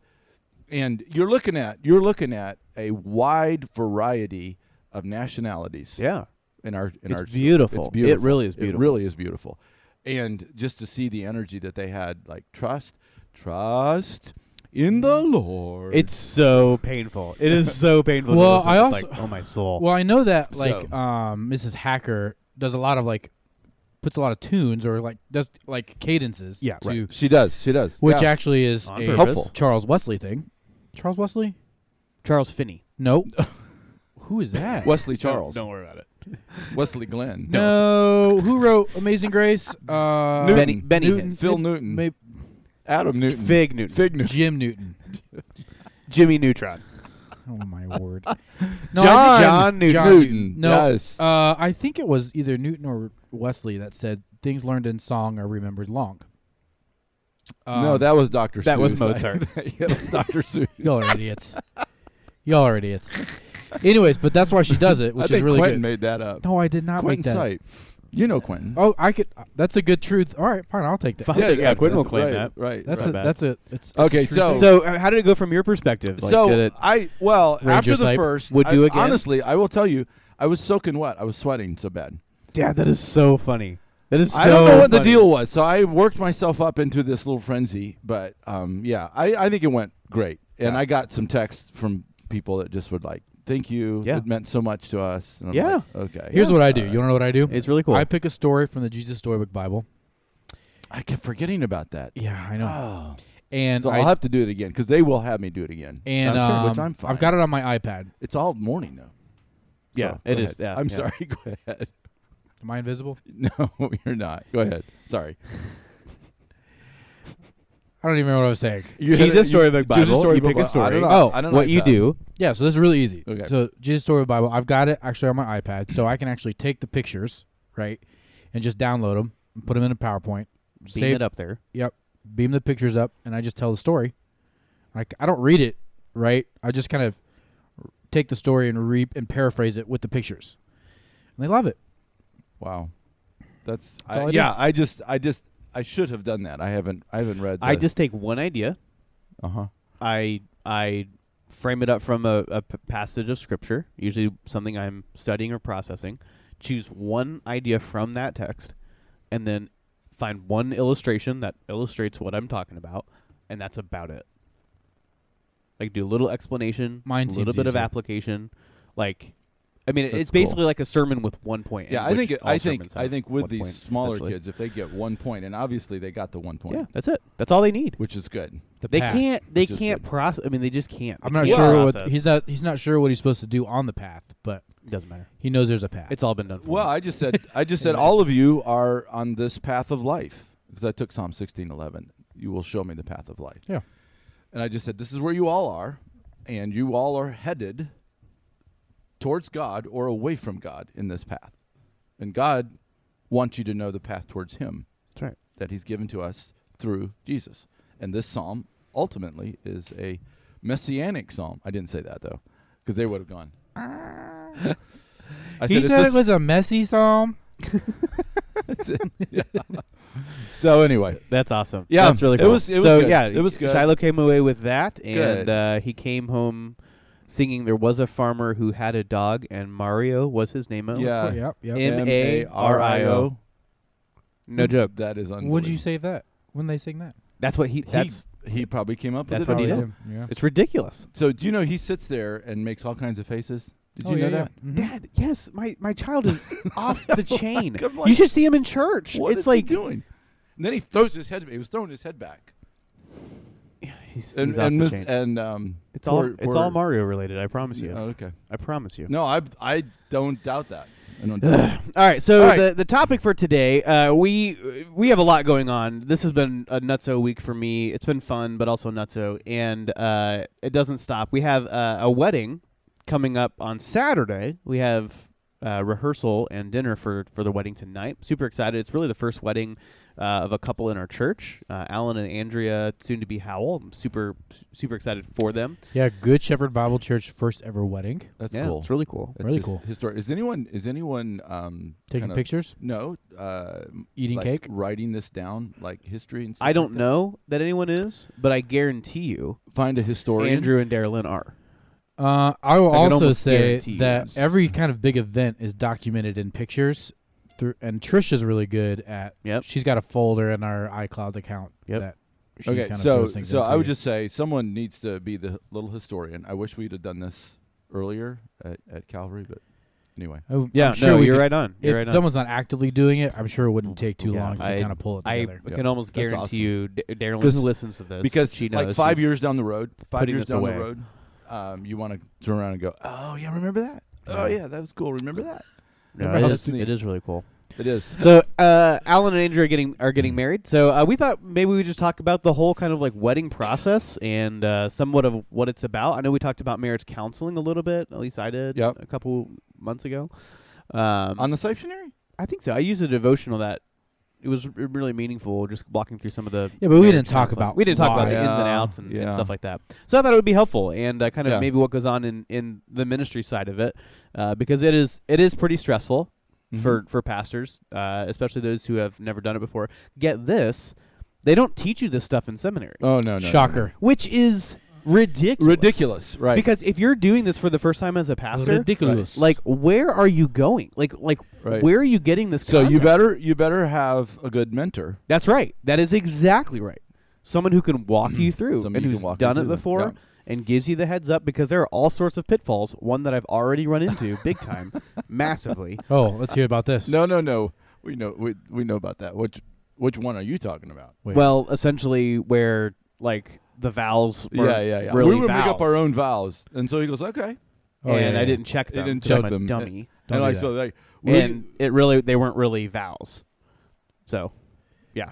Speaker 3: and you're looking at you're looking at a wide variety of nationalities.
Speaker 2: Yeah.
Speaker 3: In our in
Speaker 2: It's
Speaker 3: our
Speaker 2: beautiful.
Speaker 3: it's
Speaker 2: It
Speaker 3: beautiful.
Speaker 2: really is beautiful.
Speaker 3: It really is beautiful. And just to see the energy that they had, like trust, trust in the Lord.
Speaker 2: It's so painful. It is so painful. to
Speaker 1: Well,
Speaker 2: listen.
Speaker 1: I
Speaker 2: It's
Speaker 1: also-
Speaker 2: like, oh my soul.
Speaker 1: Well, I know that like
Speaker 3: So-
Speaker 1: um, Mrs. Hacker does a lot of like puts a lot of tunes or like does like cadences.
Speaker 2: Yeah,
Speaker 1: to,
Speaker 2: right.
Speaker 3: she does. She does.
Speaker 1: which
Speaker 3: yeah.
Speaker 1: actually is
Speaker 2: On
Speaker 1: a
Speaker 2: purpose.
Speaker 3: Helpful.
Speaker 1: Charles Wesley thing. Charles Wesley?
Speaker 2: Charles Finney.
Speaker 1: No. Who is that?
Speaker 3: Wesley Charles,
Speaker 2: worry about it.
Speaker 3: Wesley Glenn,
Speaker 1: No. Who wrote Amazing Grace? Uh,
Speaker 3: Newton.
Speaker 2: Benny, Benny
Speaker 1: Newton.
Speaker 2: Hinn.
Speaker 3: Phil Newton,
Speaker 1: Maybe
Speaker 3: Adam Newton,
Speaker 2: Fig Newton.
Speaker 3: Fig Newton.
Speaker 1: Jim Newton.
Speaker 2: Jimmy Neutron.
Speaker 1: Oh my word.
Speaker 2: John- John Newton.
Speaker 3: Newton,
Speaker 1: No,
Speaker 3: yes.
Speaker 1: uh, I think it was either Newton or Wesley that said things learned in song are remembered long.
Speaker 3: no,
Speaker 1: Um,
Speaker 3: that was Doctor.
Speaker 2: that was Mozart.
Speaker 3: that was Doctor. Seuss.
Speaker 1: y'all are idiots. y'all are idiots. Anyways, but that's why she does it,
Speaker 3: I
Speaker 1: which
Speaker 3: think
Speaker 1: is really
Speaker 3: Quentin
Speaker 1: good.
Speaker 3: made that up.
Speaker 1: no, I did not
Speaker 3: Quentin
Speaker 1: make that.
Speaker 3: Sight. You know Quentin.
Speaker 1: Oh, I could. That's a good truth. All right, fine. I'll take that.
Speaker 2: Fuck. I think, yeah,
Speaker 3: that's-
Speaker 2: Quentin will
Speaker 3: that's
Speaker 2: claim
Speaker 3: right,
Speaker 2: that.
Speaker 3: Right.
Speaker 1: That's
Speaker 3: right.
Speaker 1: a.
Speaker 2: bad.
Speaker 1: That's a. It's, it's
Speaker 3: Okay,
Speaker 1: a true
Speaker 3: so-
Speaker 1: thing.
Speaker 2: So, uh, how did it go from your perspective? Like,
Speaker 3: so
Speaker 2: did it,
Speaker 3: I well after
Speaker 1: Ranger
Speaker 3: the
Speaker 1: type
Speaker 3: first
Speaker 2: would
Speaker 3: I-
Speaker 2: do again?
Speaker 3: Honestly, I will tell you, I was soaking wet. I was sweating so bad.
Speaker 2: Dad, that is so funny. That is. So
Speaker 3: I don't know what the
Speaker 2: funny.
Speaker 3: deal was, so I worked myself up into this little frenzy. But um, yeah, I, I think it went great, and
Speaker 2: Yeah.
Speaker 3: I got some texts from people that just would like, "Thank you,
Speaker 2: Yeah.
Speaker 3: it meant so much to us." And I'm
Speaker 2: Yeah.
Speaker 3: like, okay.
Speaker 1: here's
Speaker 3: Yeah.
Speaker 1: what I do. You want to know what I do?
Speaker 2: It's really cool.
Speaker 1: I pick a story from the Jesus Storybook Bible.
Speaker 3: I kept forgetting about that.
Speaker 1: Yeah, I know.
Speaker 3: Oh.
Speaker 1: and
Speaker 3: So
Speaker 1: I
Speaker 3: I'll have to do it again because they will have me do it again.
Speaker 1: and
Speaker 3: I'm sure, which
Speaker 1: um,
Speaker 3: I'm fine.
Speaker 1: I've got it on my iPad.
Speaker 3: It's all morning though.
Speaker 2: Yeah,
Speaker 3: So,
Speaker 2: it
Speaker 3: go ahead.
Speaker 2: is, yeah,
Speaker 3: I'm
Speaker 2: yeah.
Speaker 3: sorry. Go ahead.
Speaker 1: Am I invisible?
Speaker 3: No, you're not. Go ahead. Sorry.
Speaker 1: I don't even know what I was saying.
Speaker 3: You had a-
Speaker 2: Jesus
Speaker 3: you-
Speaker 2: storybook Bible.
Speaker 3: Jesus
Speaker 2: you
Speaker 3: storybook
Speaker 2: pick a
Speaker 3: Bible.
Speaker 2: story.
Speaker 3: I don't know.
Speaker 1: Oh,
Speaker 3: I don't know
Speaker 2: what you
Speaker 3: about that.
Speaker 2: do?
Speaker 1: Yeah, so this is really easy.
Speaker 3: Okay.
Speaker 1: So Jesus Story Bible, I've got it actually on my iPad, so I can actually take the pictures, right, and just download them and put them in a PowerPoint.
Speaker 2: Beam
Speaker 1: save
Speaker 2: it up there.
Speaker 1: Yep. Beam the pictures up, and I just tell the story. Like I don't read it, right? I just kind of take the story and re and paraphrase it with the pictures, and they love it.
Speaker 3: Wow, that's,
Speaker 1: That's
Speaker 3: I-
Speaker 1: all I
Speaker 3: yeah. I just, I just, I should have done that. I haven't, I haven't read.
Speaker 2: I
Speaker 3: the-
Speaker 2: just take one idea.
Speaker 3: uh-huh.
Speaker 2: I I frame it up from a, a p- passage of scripture, usually something I'm studying or processing. Choose one idea from that text, and then find one illustration that illustrates what I'm talking about, and that's about it. Like do a little explanation,
Speaker 1: Mine
Speaker 2: a little
Speaker 1: seems
Speaker 2: bit of
Speaker 1: easier.
Speaker 2: application, like. I mean,
Speaker 3: That's
Speaker 2: it's
Speaker 3: cool.
Speaker 2: basically like a sermon with one point.
Speaker 3: Yeah,
Speaker 2: and
Speaker 3: I
Speaker 2: which
Speaker 3: think, it-
Speaker 2: all
Speaker 3: I think,
Speaker 2: sermons
Speaker 3: I
Speaker 2: have
Speaker 3: think with
Speaker 2: one
Speaker 3: these
Speaker 2: point,
Speaker 3: smaller
Speaker 2: essentially.
Speaker 3: kids, if they get one point, and obviously they got the one point.
Speaker 2: yeah, that's it. That's all they need.
Speaker 3: Which is good.
Speaker 1: The
Speaker 2: They
Speaker 1: path.
Speaker 2: can't. They
Speaker 3: which is
Speaker 2: can't
Speaker 3: good.
Speaker 2: process. I mean, they just can't.
Speaker 1: I'm
Speaker 2: They
Speaker 1: not
Speaker 2: can't
Speaker 1: sure what
Speaker 2: process.
Speaker 1: he's not. He's not sure what he's supposed to do on the path, but
Speaker 2: Doesn't matter.
Speaker 1: he knows there's a path.
Speaker 2: It's all been done. For
Speaker 3: Well,
Speaker 2: me.
Speaker 3: I just said, I just said, all of you are on this path of life because I took Psalm sixteen eleven. You will show me the path of life.
Speaker 1: yeah.
Speaker 3: And I just said, this is where you all are, and you all are headed towards God or away from God in this path. And God wants you to know the path towards Him
Speaker 2: that's right.
Speaker 3: that He's given to us through Jesus. And this psalm ultimately is a messianic psalm. I didn't say that though, because they would have gone. I
Speaker 1: he
Speaker 3: it's
Speaker 1: said
Speaker 3: a
Speaker 1: it was a messy psalm.
Speaker 3: s- so anyway.
Speaker 2: That's awesome.
Speaker 3: Yeah,
Speaker 2: that's really
Speaker 3: it
Speaker 2: cool.
Speaker 3: was- it was
Speaker 2: so
Speaker 3: good.
Speaker 2: yeah,
Speaker 3: It was good.
Speaker 2: Shiloh came away with that,
Speaker 3: Good.
Speaker 2: and uh, he came home singing. There was a farmer who had a dog, and Mario was his name.
Speaker 3: Yeah.
Speaker 1: yep. Yep.
Speaker 3: Yeah.
Speaker 2: M A R I O. No joke.
Speaker 3: That is unbelievable.
Speaker 1: Would you save that when they sing that?
Speaker 2: That's what he.
Speaker 3: He-
Speaker 2: That's
Speaker 3: he probably came up
Speaker 2: That's
Speaker 3: with it
Speaker 2: what he
Speaker 3: on his
Speaker 2: did.
Speaker 3: own.
Speaker 1: Oh, Yeah.
Speaker 2: it's ridiculous.
Speaker 3: So do you know he sits there and makes all kinds of faces? Did
Speaker 1: Oh,
Speaker 3: you
Speaker 1: yeah,
Speaker 3: know
Speaker 1: yeah.
Speaker 3: that?
Speaker 1: Mhm.
Speaker 2: Dad, yes, my my child is off the chain.
Speaker 3: I'm like,
Speaker 2: you should see him in church.
Speaker 3: What
Speaker 2: it's
Speaker 3: is
Speaker 2: like
Speaker 3: he doing? And then he throws his head. He was throwing his head back.
Speaker 2: Yeah, He's,
Speaker 3: And
Speaker 2: he's off
Speaker 3: and
Speaker 2: the
Speaker 3: Miss-
Speaker 2: chain.
Speaker 3: and um,
Speaker 2: it's all
Speaker 3: poor-
Speaker 2: it's all
Speaker 3: poor-
Speaker 2: Mario related. I promise you.
Speaker 3: Oh, okay.
Speaker 2: I promise you.
Speaker 3: No, I I don't doubt that. I don't doubt
Speaker 2: All right, so
Speaker 3: All right.
Speaker 2: the the topic for today, uh, we we have a lot going on. This has been a nutso week for me. It's been fun, but also nutso, and uh, it doesn't stop. We have uh, a wedding coming up on Saturday. We have uh, rehearsal and dinner for for the wedding tonight. Super excited! It's really the first wedding uh, of a couple in our church, uh, Alan and Andrea, soon to be Howell. I'm super super excited for them.
Speaker 1: Yeah, Good Shepherd Bible Church first ever wedding.
Speaker 3: That's
Speaker 2: yeah,
Speaker 3: cool.
Speaker 2: it's really cool.
Speaker 3: That's
Speaker 1: really
Speaker 3: his-
Speaker 1: cool.
Speaker 3: Historic. Is anyone is anyone um,
Speaker 1: Taking
Speaker 3: kind of-
Speaker 1: pictures,
Speaker 3: No, uh, m-
Speaker 1: eating
Speaker 3: like
Speaker 1: cake.
Speaker 3: Writing this down, like history and. Stuff
Speaker 2: I don't
Speaker 3: like that?
Speaker 2: know that anyone is, but I guarantee you,
Speaker 3: Find a historian.
Speaker 2: Andrew and Darylyn are.
Speaker 1: Uh, I will
Speaker 2: I can
Speaker 1: also
Speaker 2: almost
Speaker 1: say
Speaker 2: guarantee
Speaker 1: that
Speaker 2: it's-
Speaker 1: every kind of big event is documented in pictures. Through, and Trisha's really good at.
Speaker 2: Yep.
Speaker 1: She's got a folder in our iCloud account.
Speaker 2: Yep.
Speaker 1: That she
Speaker 3: Okay,
Speaker 1: kind of
Speaker 3: so
Speaker 1: throws things
Speaker 3: so
Speaker 1: into
Speaker 3: I would
Speaker 1: you.
Speaker 3: just say someone needs to be the little historian. I wish we'd have done this earlier at, at Calvary, but anyway.
Speaker 1: I w-
Speaker 2: Yeah,
Speaker 1: Oh, I'm sure
Speaker 2: no,
Speaker 1: we
Speaker 2: you're
Speaker 1: could-
Speaker 2: right on. You're
Speaker 1: If
Speaker 2: right on.
Speaker 1: someone's not actively doing it, I'm sure it wouldn't take too
Speaker 2: Yeah,
Speaker 1: long to
Speaker 2: I-
Speaker 1: kind of pull it
Speaker 2: I Oh,
Speaker 1: together.
Speaker 3: Yeah.
Speaker 2: can almost
Speaker 3: That's
Speaker 2: guarantee
Speaker 3: awesome.
Speaker 2: you, D- Darylyn
Speaker 3: 'Cause-
Speaker 2: listens to this.
Speaker 3: Because
Speaker 2: she knows
Speaker 3: like five
Speaker 2: she's-
Speaker 3: years down the road, five
Speaker 2: putting
Speaker 3: years
Speaker 2: this
Speaker 3: down
Speaker 2: away.
Speaker 3: the road, um, you want to turn around and go, oh yeah, remember that? Oh
Speaker 2: Yeah.
Speaker 3: yeah, that was cool. Remember that?
Speaker 2: No,
Speaker 3: Remember
Speaker 2: it,
Speaker 3: how
Speaker 2: is,
Speaker 3: sneak-
Speaker 2: it is really cool.
Speaker 3: It is.
Speaker 2: So uh, Alan and Andrew are getting are getting married. So uh, we thought maybe we would just talk about the whole kind of like wedding process and uh, somewhat of what it's about. I know we talked about marriage counseling a little bit. At least I did
Speaker 3: Yep.
Speaker 2: a couple months ago. Um,
Speaker 3: On the Siptionary?
Speaker 2: I think so. I used a devotional that it was r- really meaningful, just walking through some of the.
Speaker 1: Yeah, but we
Speaker 2: marriage
Speaker 1: didn't talk
Speaker 2: counseling.
Speaker 1: about
Speaker 2: We didn't talk about
Speaker 1: why.
Speaker 2: the ins and
Speaker 3: Yeah,
Speaker 2: outs and, and
Speaker 3: yeah.
Speaker 2: stuff like that. uh, So I thought it would be helpful and uh, kind of
Speaker 3: Yeah.
Speaker 2: maybe what goes on in, in the ministry side of it, uh, because it is it is pretty stressful for for pastors, uh, especially those who have never done it before. Get this, they don't teach you this stuff in seminary,
Speaker 3: Oh no, no, no.
Speaker 1: Shocker.
Speaker 2: which is ridiculous.
Speaker 3: Ridiculous, right?
Speaker 2: Because if you're doing this for the first time as a pastor,
Speaker 1: Ridiculous.
Speaker 2: like where are you going? Like like
Speaker 3: Right.
Speaker 2: where are you getting this?
Speaker 3: so you
Speaker 2: content?
Speaker 3: better you better have a good mentor.
Speaker 2: That's right. That is exactly right. Someone who can walk you through
Speaker 3: Someone
Speaker 2: and
Speaker 3: Mm. who can
Speaker 2: who's
Speaker 3: walk you
Speaker 2: done it
Speaker 3: through them.
Speaker 2: before
Speaker 3: Yeah.
Speaker 2: and gives you the heads up because there are all sorts of pitfalls. One that I've already run into big time, massively.
Speaker 1: oh, let's hear about this.
Speaker 3: No, no, no. We know we we know about that. Which which one are you talking about?
Speaker 1: Wait.
Speaker 2: Well, essentially where like the vowels were
Speaker 3: yeah, yeah, yeah.
Speaker 2: really
Speaker 3: we were make up our
Speaker 2: vowels,
Speaker 3: own vows, and so he goes, "Okay,"
Speaker 1: Oh,
Speaker 2: and
Speaker 1: yeah, yeah,
Speaker 2: I
Speaker 1: yeah.
Speaker 2: didn't check
Speaker 3: They
Speaker 2: them.
Speaker 3: didn't
Speaker 2: 'cause I'm
Speaker 3: check
Speaker 2: a
Speaker 3: them.
Speaker 2: dummy.
Speaker 1: Don't
Speaker 3: and
Speaker 1: do
Speaker 3: I
Speaker 1: that.
Speaker 3: so like we-
Speaker 2: and it really they weren't really vowels. So, yeah.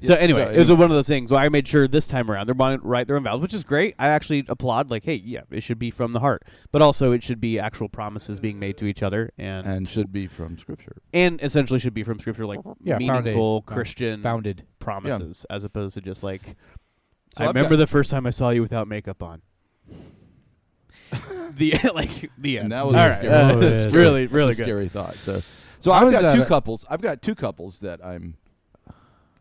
Speaker 2: So
Speaker 3: Yeah,
Speaker 2: anyway,
Speaker 3: so
Speaker 2: it was
Speaker 3: anyway.
Speaker 2: one of those things. Well, I made sure this time around they're wanting to write their own vowels, which is great. I actually applaud. Like, hey, yeah, it should be from the heart, but also it should be actual promises being made to each other, and and,
Speaker 3: and should be from scripture.
Speaker 2: essentially should be from scripture, like
Speaker 1: Yeah, founded-
Speaker 2: meaningful
Speaker 1: found-
Speaker 2: Christian
Speaker 1: founded.
Speaker 2: promises, as opposed to just like.
Speaker 3: So
Speaker 2: I
Speaker 3: I've
Speaker 2: remember
Speaker 3: got-
Speaker 2: the first time I saw you without makeup on. the like the end.
Speaker 3: And that was
Speaker 2: All
Speaker 3: a
Speaker 2: right,
Speaker 3: scary,
Speaker 2: uh,
Speaker 1: Oh, yeah, yeah.
Speaker 2: really
Speaker 3: that's
Speaker 2: really
Speaker 3: a
Speaker 2: good.
Speaker 3: scary thought. So, so
Speaker 1: I
Speaker 3: I've
Speaker 1: was
Speaker 3: got
Speaker 1: at
Speaker 3: two
Speaker 1: a-
Speaker 3: couples. I've got two couples that I'm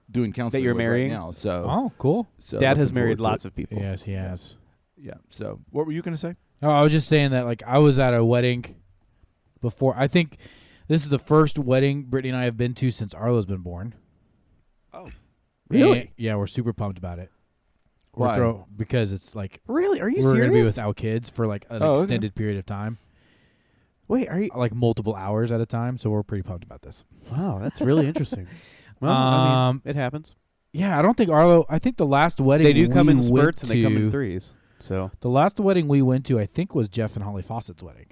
Speaker 3: doing counseling
Speaker 2: you're
Speaker 3: with right
Speaker 2: marrying?
Speaker 3: now. So,
Speaker 1: Oh, cool.
Speaker 3: so
Speaker 2: Dad
Speaker 3: looking
Speaker 2: has married
Speaker 3: forward
Speaker 2: lots
Speaker 3: to
Speaker 2: of people.
Speaker 1: Yes, he has.
Speaker 3: it. Yeah. So, what were you going to say?
Speaker 1: Oh, I was just saying that like I was at a wedding before. I think this is the first wedding Brittany and I have been to since Arlo's been born.
Speaker 3: Oh,
Speaker 2: Really?
Speaker 1: And- yeah, we're super pumped about it. We're
Speaker 3: Why?
Speaker 1: throw- because it's like
Speaker 2: Really? Are you
Speaker 1: we're
Speaker 2: serious?
Speaker 1: gonna be without kids for like an
Speaker 3: Oh, okay.
Speaker 1: extended period of time, Uh,
Speaker 2: Wait, are you?
Speaker 1: like multiple hours at a time. So we're pretty pumped about this.
Speaker 2: Wow, that's really interesting. Well, I mean,
Speaker 1: Um,
Speaker 2: it happens.
Speaker 1: Yeah, I don't think Arlo. I think the last wedding
Speaker 2: They do come
Speaker 1: we
Speaker 2: in
Speaker 1: went
Speaker 2: spurts and they come in
Speaker 1: to-
Speaker 2: threes. So.
Speaker 1: The last wedding we went to, I think, was Jeff and Holly Fawcett's wedding.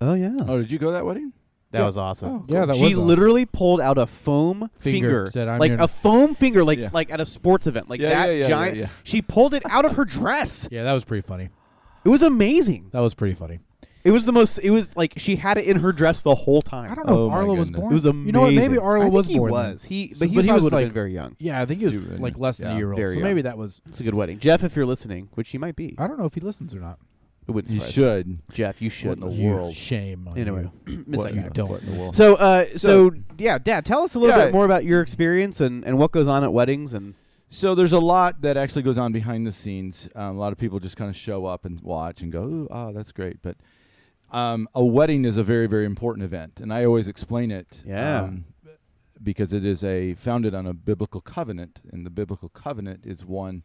Speaker 2: Oh yeah.
Speaker 3: Oh, did you go to that wedding?
Speaker 2: that
Speaker 1: yeah. Oh,
Speaker 2: was awesome.
Speaker 1: Yeah, that
Speaker 2: she
Speaker 1: was awesome.
Speaker 2: literally pulled out a foam
Speaker 1: Finger,
Speaker 2: finger,
Speaker 1: said, "I'm
Speaker 2: like
Speaker 1: your-"
Speaker 2: a foam finger, like
Speaker 3: Yeah.
Speaker 2: like at a sports event, like
Speaker 3: Yeah,
Speaker 2: that
Speaker 3: yeah, yeah, yeah,
Speaker 2: giant.
Speaker 3: yeah.
Speaker 2: She pulled it out of her dress.
Speaker 1: Yeah, that was pretty funny.
Speaker 2: It was amazing.
Speaker 1: That was pretty funny.
Speaker 2: It was the most. It was like she had it in her dress the whole time.
Speaker 1: I don't know
Speaker 3: Oh
Speaker 1: if
Speaker 3: my
Speaker 1: Arlo was
Speaker 3: goodness.
Speaker 1: born.
Speaker 2: It was amazing.
Speaker 1: You know what? Maybe Arlo
Speaker 2: I think
Speaker 1: was
Speaker 2: he
Speaker 1: born. then.
Speaker 2: Was he? But
Speaker 1: So- but
Speaker 2: he,
Speaker 1: he
Speaker 2: probably
Speaker 1: was
Speaker 2: would have
Speaker 1: like-
Speaker 2: been very young.
Speaker 1: Yeah, I think he was
Speaker 3: He was,
Speaker 1: like less than
Speaker 3: yeah,
Speaker 1: a year old.
Speaker 2: very
Speaker 1: so maybe
Speaker 2: young.
Speaker 1: that was.
Speaker 2: It's a good wedding, Jeff. If you're listening, which you might be,
Speaker 1: I don't know if he listens or not.
Speaker 2: it wouldn't
Speaker 3: You
Speaker 2: surprise me.
Speaker 3: should.
Speaker 2: Jeff. You should.
Speaker 3: the
Speaker 1: You-
Speaker 3: world.
Speaker 1: Shame. On
Speaker 2: Anyway,
Speaker 1: you.
Speaker 2: Miss
Speaker 3: What
Speaker 2: that
Speaker 1: you
Speaker 2: guy.
Speaker 1: don't.
Speaker 3: What in the world?
Speaker 2: So, uh, so,
Speaker 3: So-
Speaker 2: yeah, Dad, tell us a little
Speaker 3: Yeah.
Speaker 2: bit more about your experience and, and what goes on at weddings and
Speaker 3: So there's a lot that actually goes on behind the scenes. Um, a lot of people just kind of show up and watch and go, "Ooh, oh, that's great." But um, a wedding is a very, very important event, and I always explain it.
Speaker 2: Yeah.
Speaker 3: um, because it is a founded on a biblical covenant, and the biblical covenant is one.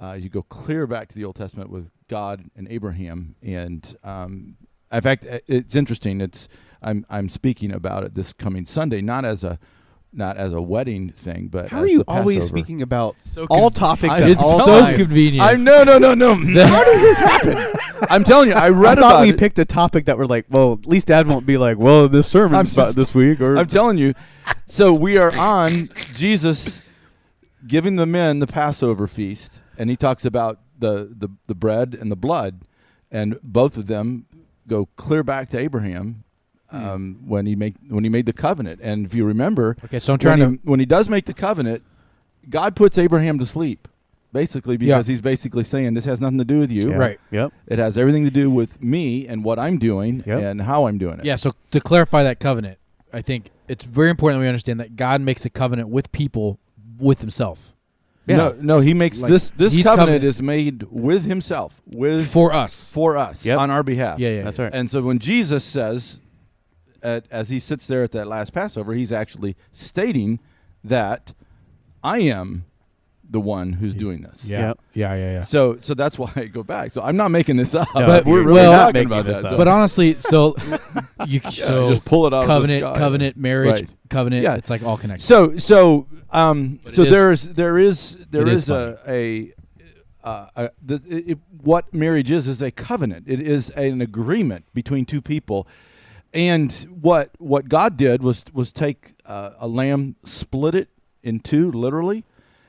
Speaker 3: Uh, you go clear back to the Old Testament with God and Abraham, and um, in fact, i- it's interesting. It's I'm I'm speaking about it this coming Sunday, not as a not as a wedding thing, but
Speaker 2: How
Speaker 3: as
Speaker 2: are you
Speaker 3: the
Speaker 2: always
Speaker 3: Passover.
Speaker 2: speaking about
Speaker 1: So
Speaker 2: all
Speaker 1: convenient.
Speaker 2: topics
Speaker 3: I-
Speaker 2: at
Speaker 1: It's
Speaker 2: all
Speaker 1: so
Speaker 2: time?
Speaker 1: convenient.
Speaker 3: I no no no no. How does this happen? I'm telling you, I
Speaker 2: I
Speaker 3: read
Speaker 2: thought
Speaker 3: about
Speaker 2: we
Speaker 3: it.
Speaker 2: picked a topic that we're like, well, at least Dad won't be like, well, this
Speaker 3: I'm
Speaker 2: sermon's about
Speaker 3: just-
Speaker 2: this week, or
Speaker 3: I'm telling you. So we are on Jesus giving the men the Passover feast, and he talks about the, the, the bread and the blood, and both of them go clear back to Abraham
Speaker 1: Hmm.
Speaker 3: um, when he make when he made the covenant. And if you remember,
Speaker 1: okay, so I'm trying
Speaker 3: when,
Speaker 1: to.
Speaker 3: he, when he does make the covenant, God puts Abraham to sleep, basically because
Speaker 1: Yeah.
Speaker 3: he's basically saying this has nothing to do with you.
Speaker 2: Yeah.
Speaker 1: Right.
Speaker 2: Yep.
Speaker 3: It has everything to do with me and what I'm doing
Speaker 2: Yep.
Speaker 3: and how I'm doing it.
Speaker 1: Yeah, so to clarify that covenant, I think it's very important that we understand that God makes a covenant with people with himself
Speaker 2: Yeah.
Speaker 3: No, no, he makes
Speaker 2: Like,
Speaker 3: this this
Speaker 1: he's
Speaker 3: covenant,
Speaker 1: covenant-
Speaker 3: is made with himself, with for,
Speaker 1: for us.
Speaker 3: us
Speaker 2: Yep.
Speaker 3: on our behalf.
Speaker 1: yeah, yeah.
Speaker 2: That's
Speaker 1: yeah.
Speaker 2: right.
Speaker 3: And so when Jesus says at, as he sits there at that last Passover, he's actually stating that I am the one who's doing this.
Speaker 1: Yeah.
Speaker 2: Yep.
Speaker 1: Yeah, yeah, yeah.
Speaker 3: So so that's why I go back. So I'm not making this up.
Speaker 2: No,
Speaker 1: But
Speaker 3: we're
Speaker 1: you're
Speaker 3: really
Speaker 1: not
Speaker 3: talking
Speaker 2: making
Speaker 3: about
Speaker 2: this
Speaker 3: that.
Speaker 2: up.
Speaker 3: So-
Speaker 1: But honestly, so you
Speaker 3: Yeah,
Speaker 1: so
Speaker 3: just pull it out of the
Speaker 1: covenant,
Speaker 3: sky.
Speaker 1: covenant, marriage,
Speaker 3: Right.
Speaker 1: covenant.
Speaker 3: Yeah.
Speaker 1: It's like all connected.
Speaker 3: So so um
Speaker 1: But
Speaker 3: so
Speaker 1: it is-
Speaker 3: there is there is there
Speaker 1: it
Speaker 3: is,
Speaker 1: is
Speaker 3: a a, uh, a the, it, it- what marriage is is a covenant. It is an agreement between two people. And what what God did was was take uh, a lamb, split it in two literally,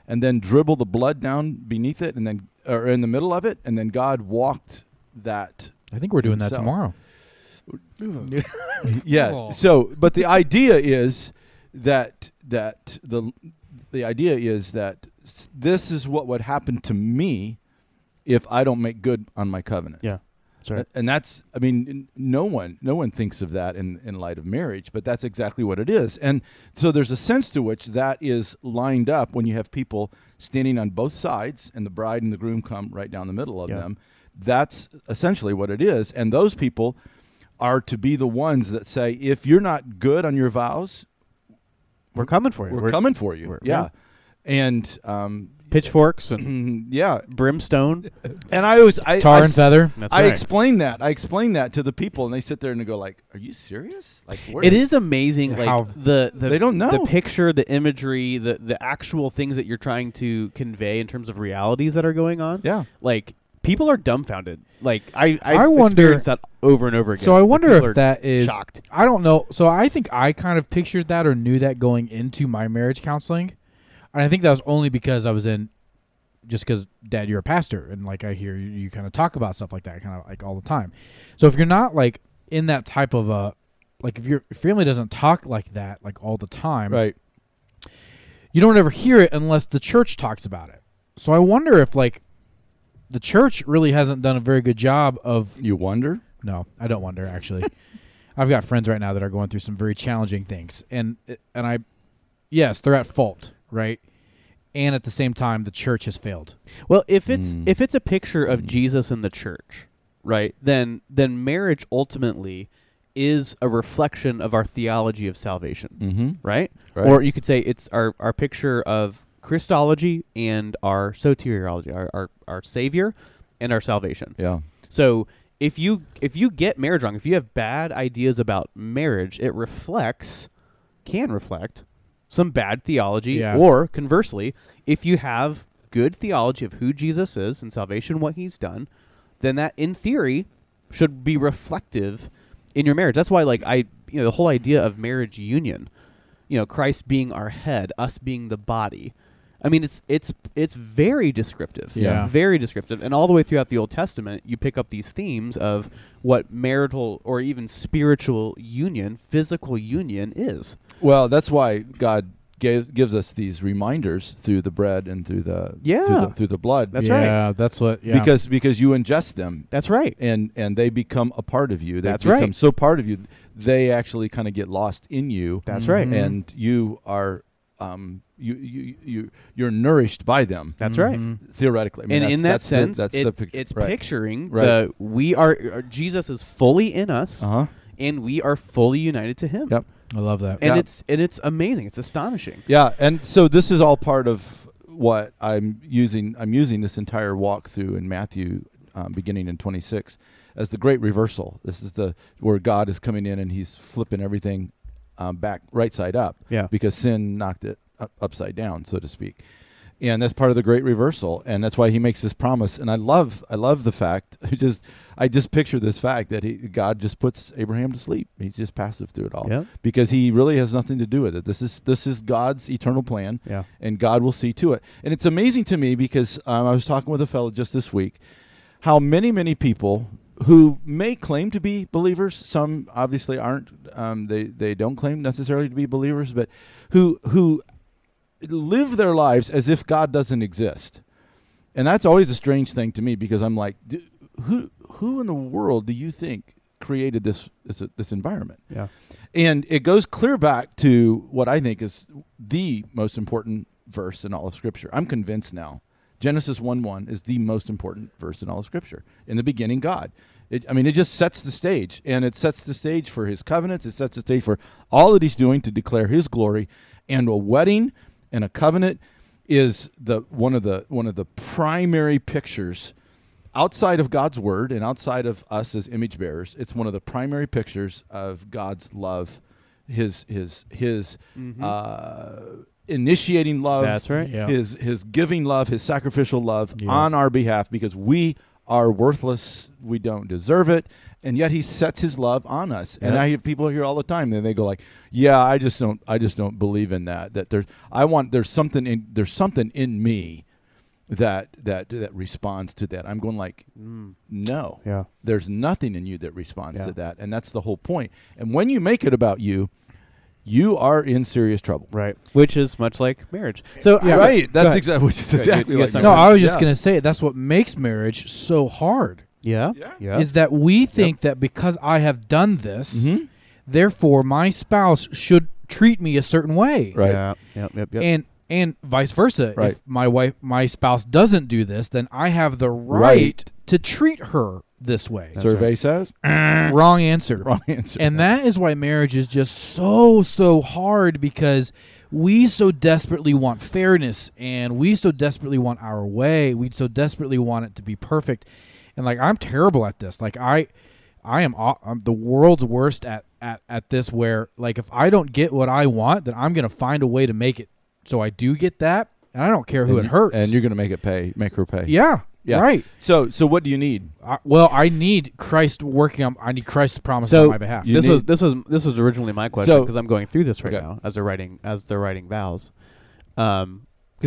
Speaker 3: and then dribble the blood down beneath it and then or in the middle of it and then God walked that
Speaker 1: I think we're doing that
Speaker 3: So-
Speaker 1: tomorrow.
Speaker 3: yeah.
Speaker 1: Oh.
Speaker 3: So, but the idea is that that the the idea is that s- this is what would happen to me if I don't make good on my covenant.
Speaker 2: Yeah. That's right.
Speaker 3: A- And that's I mean n- no one no one thinks of that in in light of marriage, but that's exactly what it is. And so there's a sense to which that is lined up when you have people standing on both sides and the bride and the groom come right down the middle of
Speaker 2: Yeah.
Speaker 3: them. That's essentially what it is. And those people are to be the ones that say if you're not good on your vows,
Speaker 2: We're coming for you.
Speaker 3: we're, coming for you.
Speaker 2: we're-
Speaker 3: yeah. And um
Speaker 2: Pitchforks and
Speaker 3: yeah.
Speaker 2: brimstone.
Speaker 3: And I always I
Speaker 1: Tar
Speaker 3: I
Speaker 1: and
Speaker 3: s-
Speaker 1: feather.
Speaker 2: That's
Speaker 3: I
Speaker 2: right.
Speaker 3: explain that. I explain that to the people, and they sit there and they go like, "Are you serious? Like, where
Speaker 2: It is amazing, like
Speaker 1: How-
Speaker 2: the, the
Speaker 3: They don't know.
Speaker 2: the picture, the imagery, the the actual things that you're trying to convey in terms of realities that are going on.
Speaker 3: Yeah.
Speaker 2: like people are dumbfounded. Like I, I,
Speaker 1: I wonder-
Speaker 2: experienced that over and over again.
Speaker 1: So I
Speaker 2: Like,
Speaker 1: wonder
Speaker 2: people are
Speaker 1: if that is.
Speaker 2: shocked.
Speaker 1: I don't know. So I think I kind of pictured that or knew that going into my marriage counseling, and I think that was only because I was in, just because Dad, you're a pastor, and like I hear you, you kind of talk about stuff like that, kind of like all the time. So if you're not like in that type of a, like if your family doesn't talk like that like all the time,
Speaker 3: Right.
Speaker 1: you don't ever hear it unless the church talks about it. So I wonder if like the church really hasn't done a very good job of
Speaker 3: You wonder.
Speaker 1: no, I don't wonder actually. I've got friends right now that are going through some very challenging things and and I yes, they're at fault, right? And at the same time the church has failed.
Speaker 2: Well, if it's
Speaker 1: Hmm.
Speaker 3: Mm.
Speaker 2: if it's a picture of Jesus in the church, right? Then then marriage ultimately is a reflection of our theology of salvation,
Speaker 1: Hmm.
Speaker 3: Mm-hmm.
Speaker 2: right?
Speaker 3: Right.
Speaker 2: Or you could say it's our our picture of Christology and our soteriology, our our, our Savior and our salvation.
Speaker 3: Yeah.
Speaker 2: So if you if you get marriage wrong, if you have bad ideas about marriage, it reflects can reflect some bad theology
Speaker 1: Yeah.
Speaker 2: or conversely, if you have good theology of who Jesus is and salvation what he's done, then that in theory should be reflective in your marriage. That's why like I you know the whole idea of marriage union, you know, Christ being our head, us being the body. I mean it's it's it's very descriptive
Speaker 1: Yeah.
Speaker 2: very descriptive and all the way throughout the old testament you pick up these themes of what marital or even spiritual union physical union is
Speaker 3: Well, that's why God gave, gives us these reminders through the bread and through the through
Speaker 2: Yeah.
Speaker 3: the, through the blood.
Speaker 2: That's right.
Speaker 1: yeah, that's what yeah.
Speaker 3: Because because you ingest them
Speaker 2: that's right
Speaker 3: and and they become a part of you. They
Speaker 2: That's
Speaker 3: become
Speaker 2: right.
Speaker 3: so part of you. They actually kind of get lost in you.
Speaker 2: That's right. Mhm.
Speaker 3: And you are um you you you you're nourished by them.
Speaker 2: that's right
Speaker 1: Mhm.
Speaker 3: theoretically. I mean, that's,
Speaker 2: and in that
Speaker 3: that's the-
Speaker 2: sense
Speaker 3: that's
Speaker 2: it-
Speaker 3: the picture.
Speaker 2: it's
Speaker 3: right.
Speaker 2: picturing
Speaker 3: Right.
Speaker 2: the we are uh, jesus is fully in us
Speaker 3: Uh huh.
Speaker 2: and we are fully united to him
Speaker 3: Yep.
Speaker 1: I love that.
Speaker 2: and
Speaker 3: Yeah.
Speaker 2: it's and it's amazing it's astonishing
Speaker 3: Yeah, and so this is all part of what I'm using. I'm using this entire walkthrough in Matthew, um, beginning in 26, as the great reversal. This is the where God is coming in and He's flipping everything um, back right side up
Speaker 2: Yeah.
Speaker 3: because sin knocked it up, upside down, so to speak. And that's part of the great reversal, and that's why he makes this promise. And I love, I love the fact. I just, I just picture this fact that he, God just puts Abraham to sleep. He's just passive through it all
Speaker 2: Yeah.
Speaker 3: because he really has nothing to do with it. This is this is God's eternal plan,
Speaker 2: Yeah.
Speaker 3: and God will see to it. And it's amazing to me because um, I was talking with a fellow just this week, how many many people who may claim to be believers, some obviously aren't. Um, they they don't claim necessarily to be believers, but who who live their lives as if God doesn't exist, and that's always a strange thing to me because I'm like, D- who who in the world do you think created this this, this environment?
Speaker 2: Yeah.
Speaker 3: And it goes clear back to what I think is the most important verse in all of Scripture. I'm convinced now. Genesis 1 1 is the most important verse in all of Scripture. In the beginning, God. It, I mean, it just sets the stage, and it sets the stage for his covenants. It sets the stage for all that he's doing to declare his glory. And a wedding and a covenant is the one of the one of the primary pictures outside of God's word and outside of us as image bearers, it's one of the primary pictures of God's love, his his his uh, initiating love.
Speaker 2: That's right.
Speaker 1: Yeah.
Speaker 3: His his giving love, his sacrificial love
Speaker 1: Yeah.
Speaker 3: on our behalf because we are worthless. We don't deserve it. And yet he sets his love on us. And
Speaker 2: Yeah.
Speaker 3: I hear people here all the time and they go like, "Yeah, I just don't I just don't believe in that. That there's I want there's something in there's something in me that that that responds to that. I'm going like,
Speaker 2: Mm.
Speaker 3: no,
Speaker 2: Yeah.
Speaker 3: there's nothing in you that responds
Speaker 2: Yeah.
Speaker 3: to that, and that's the whole point. And when you make it about you, you are in serious trouble.
Speaker 2: Right. Which is much like marriage. So
Speaker 1: Yeah.
Speaker 2: I-
Speaker 3: Right.
Speaker 2: Go
Speaker 3: That's
Speaker 2: ahead.
Speaker 3: exactly which is
Speaker 2: Go ahead. You-
Speaker 3: exactly
Speaker 2: you
Speaker 3: like
Speaker 2: got
Speaker 1: No,
Speaker 2: something?
Speaker 1: I was just
Speaker 3: Yeah.
Speaker 1: gonna say that's what makes marriage so hard.
Speaker 2: Yeah. Mm-hmm.
Speaker 3: Yeah.
Speaker 1: Is that we think that because I have done this,
Speaker 3: Mhm.
Speaker 1: therefore my spouse should treat me a certain way.
Speaker 3: Right.
Speaker 2: Yeah. Yep. Yep. Yep.
Speaker 1: And and vice versa.
Speaker 3: Right.
Speaker 1: If my wife my spouse doesn't do this, then I have the right,
Speaker 3: Right.
Speaker 1: to treat her this way.
Speaker 2: That's
Speaker 3: Survey
Speaker 2: right.
Speaker 3: says
Speaker 1: Wrong answer.
Speaker 3: wrong answer.
Speaker 1: And that is why marriage is just so, so hard because we so desperately want fairness and we so desperately want our way. We so desperately want it to be perfect. And like I'm terrible at this. Like I I am aw- I'm the world's worst at at at this where like if I don't get what I want, then I'm going to find a way to make it so I do get that. And I don't care who
Speaker 3: And
Speaker 1: it
Speaker 3: you-
Speaker 1: hurts.
Speaker 3: and you're going to make it pay, make her pay.
Speaker 1: yeah,
Speaker 3: Yeah.
Speaker 1: Right.
Speaker 3: So, so what do you need?
Speaker 1: I, well, I need Christ working on I need Christ's promise
Speaker 2: so
Speaker 1: on my behalf.
Speaker 3: you
Speaker 2: this was
Speaker 3: need-
Speaker 2: this was this was originally my question
Speaker 3: So-
Speaker 2: because I'm going through this right
Speaker 3: Okay.
Speaker 2: now as they're writing as they're writing vows, because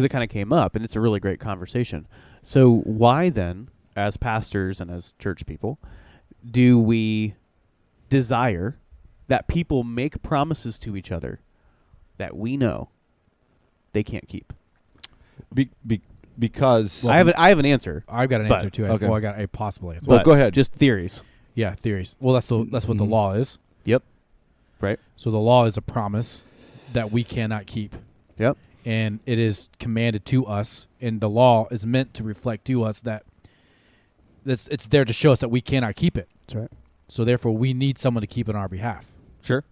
Speaker 2: it kind of came up and it's a really great conversation. So why then, as pastors and as church people, do we desire that people make promises to each other that we know they can't keep?
Speaker 3: Be, be, because
Speaker 2: I have an, I have an answer.
Speaker 1: I've got an
Speaker 2: But-
Speaker 1: answer to it.
Speaker 3: okay.
Speaker 1: Well, I got a possible answer.
Speaker 3: Well,
Speaker 2: but
Speaker 3: go ahead.
Speaker 2: Just theories.
Speaker 1: Yeah, theories. Well, that's the that's what the
Speaker 2: Mhm.
Speaker 1: law is.
Speaker 2: Yep. Right.
Speaker 1: So the law is a promise that we cannot keep,
Speaker 2: Yep.
Speaker 1: and it is commanded to us, and the law is meant to reflect to us that that's it's there to show us that we cannot keep it.
Speaker 2: That's right.
Speaker 1: So therefore, we need someone to keep it on our behalf.
Speaker 2: Sure.